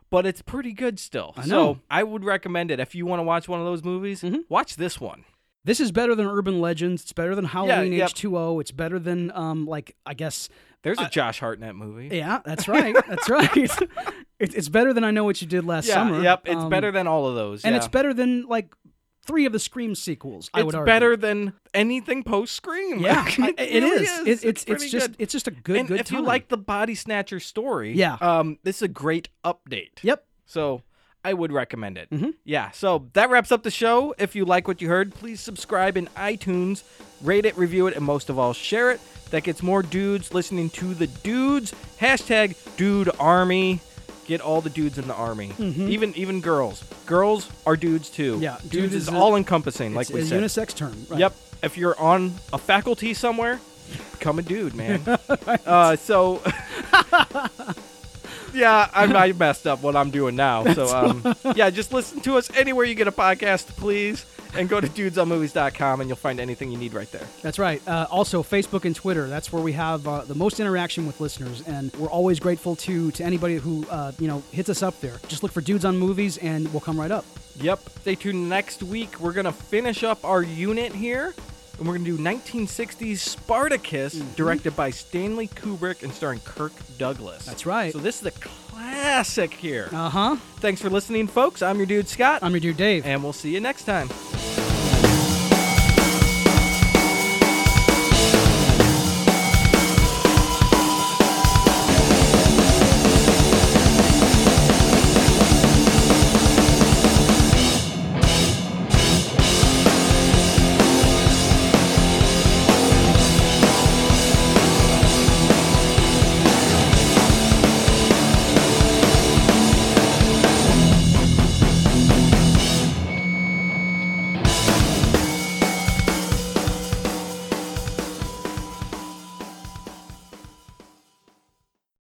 Speaker 1: But it's pretty good still.
Speaker 2: know. Mm-hmm.
Speaker 1: So I would recommend it if you want to watch one of those movies. Watch this one.
Speaker 2: This is better than Urban Legends. It's better than Halloween
Speaker 1: yep.
Speaker 2: H2O. It's better than um like I guess
Speaker 1: There's a Josh Hartnett movie.
Speaker 2: yeah, that's right. That's right. It, it's better than I know what you did last
Speaker 1: Yeah,
Speaker 2: summer.
Speaker 1: Yep, it's
Speaker 2: Um,
Speaker 1: better than all of those.
Speaker 2: And
Speaker 1: yeah.
Speaker 2: it's better than like three of the Scream sequels. I would
Speaker 1: it's
Speaker 2: argue.
Speaker 1: better than anything post Scream.
Speaker 2: Yeah, I- it
Speaker 1: really
Speaker 2: is. It- it's it's,
Speaker 1: pretty
Speaker 2: just
Speaker 1: good.
Speaker 2: it's just a good
Speaker 1: and
Speaker 2: good
Speaker 1: if
Speaker 2: time.
Speaker 1: you like the body snatcher story,
Speaker 2: Yeah.
Speaker 1: um, this is a great update.
Speaker 2: Yep.
Speaker 1: So I would recommend it.
Speaker 2: Mm-hmm.
Speaker 1: Yeah. So that wraps up the show. If you like what you heard, please subscribe in iTunes, rate it, review it, and most of all, share it. That gets more dudes listening to the dudes. Hashtag dude army. Get all the dudes in the army. Even even girls. Girls are dudes too.
Speaker 2: Mm-hmm. Yeah,
Speaker 1: Dudes,
Speaker 2: dude
Speaker 1: is,
Speaker 2: is a-
Speaker 1: all encompassing, like
Speaker 2: It's
Speaker 1: we
Speaker 2: a
Speaker 1: said.
Speaker 2: unisex term. Right.
Speaker 1: Yep. If you're on a faculty somewhere, become a dude, man. uh, so, yeah, I'm, I messed up what I'm doing now. So, um, yeah, just listen to us anywhere you get a podcast, please, and go to dudesonmovies.com and you'll find anything you need right there.
Speaker 2: That's right. Uh, also, Facebook and Twitter. That's where we have uh, the most interaction with listeners, and we're always grateful to to anybody who uh, you know hits us up there. Just look for dudes on movies, and we'll come right up.
Speaker 1: Yep. Stay tuned next week. We're going to finish up our unit here. And we're going to do 1960s Spartacus,
Speaker 2: Mm-hmm.
Speaker 1: directed by Stanley Kubrick and starring Kirk Douglas.
Speaker 2: That's right.
Speaker 1: So this is a classic here.
Speaker 2: Uh huh.
Speaker 1: Thanks for listening, folks. I'm your dude, Scott.
Speaker 2: I'm your dude, Dave.
Speaker 1: and we'll see you next time.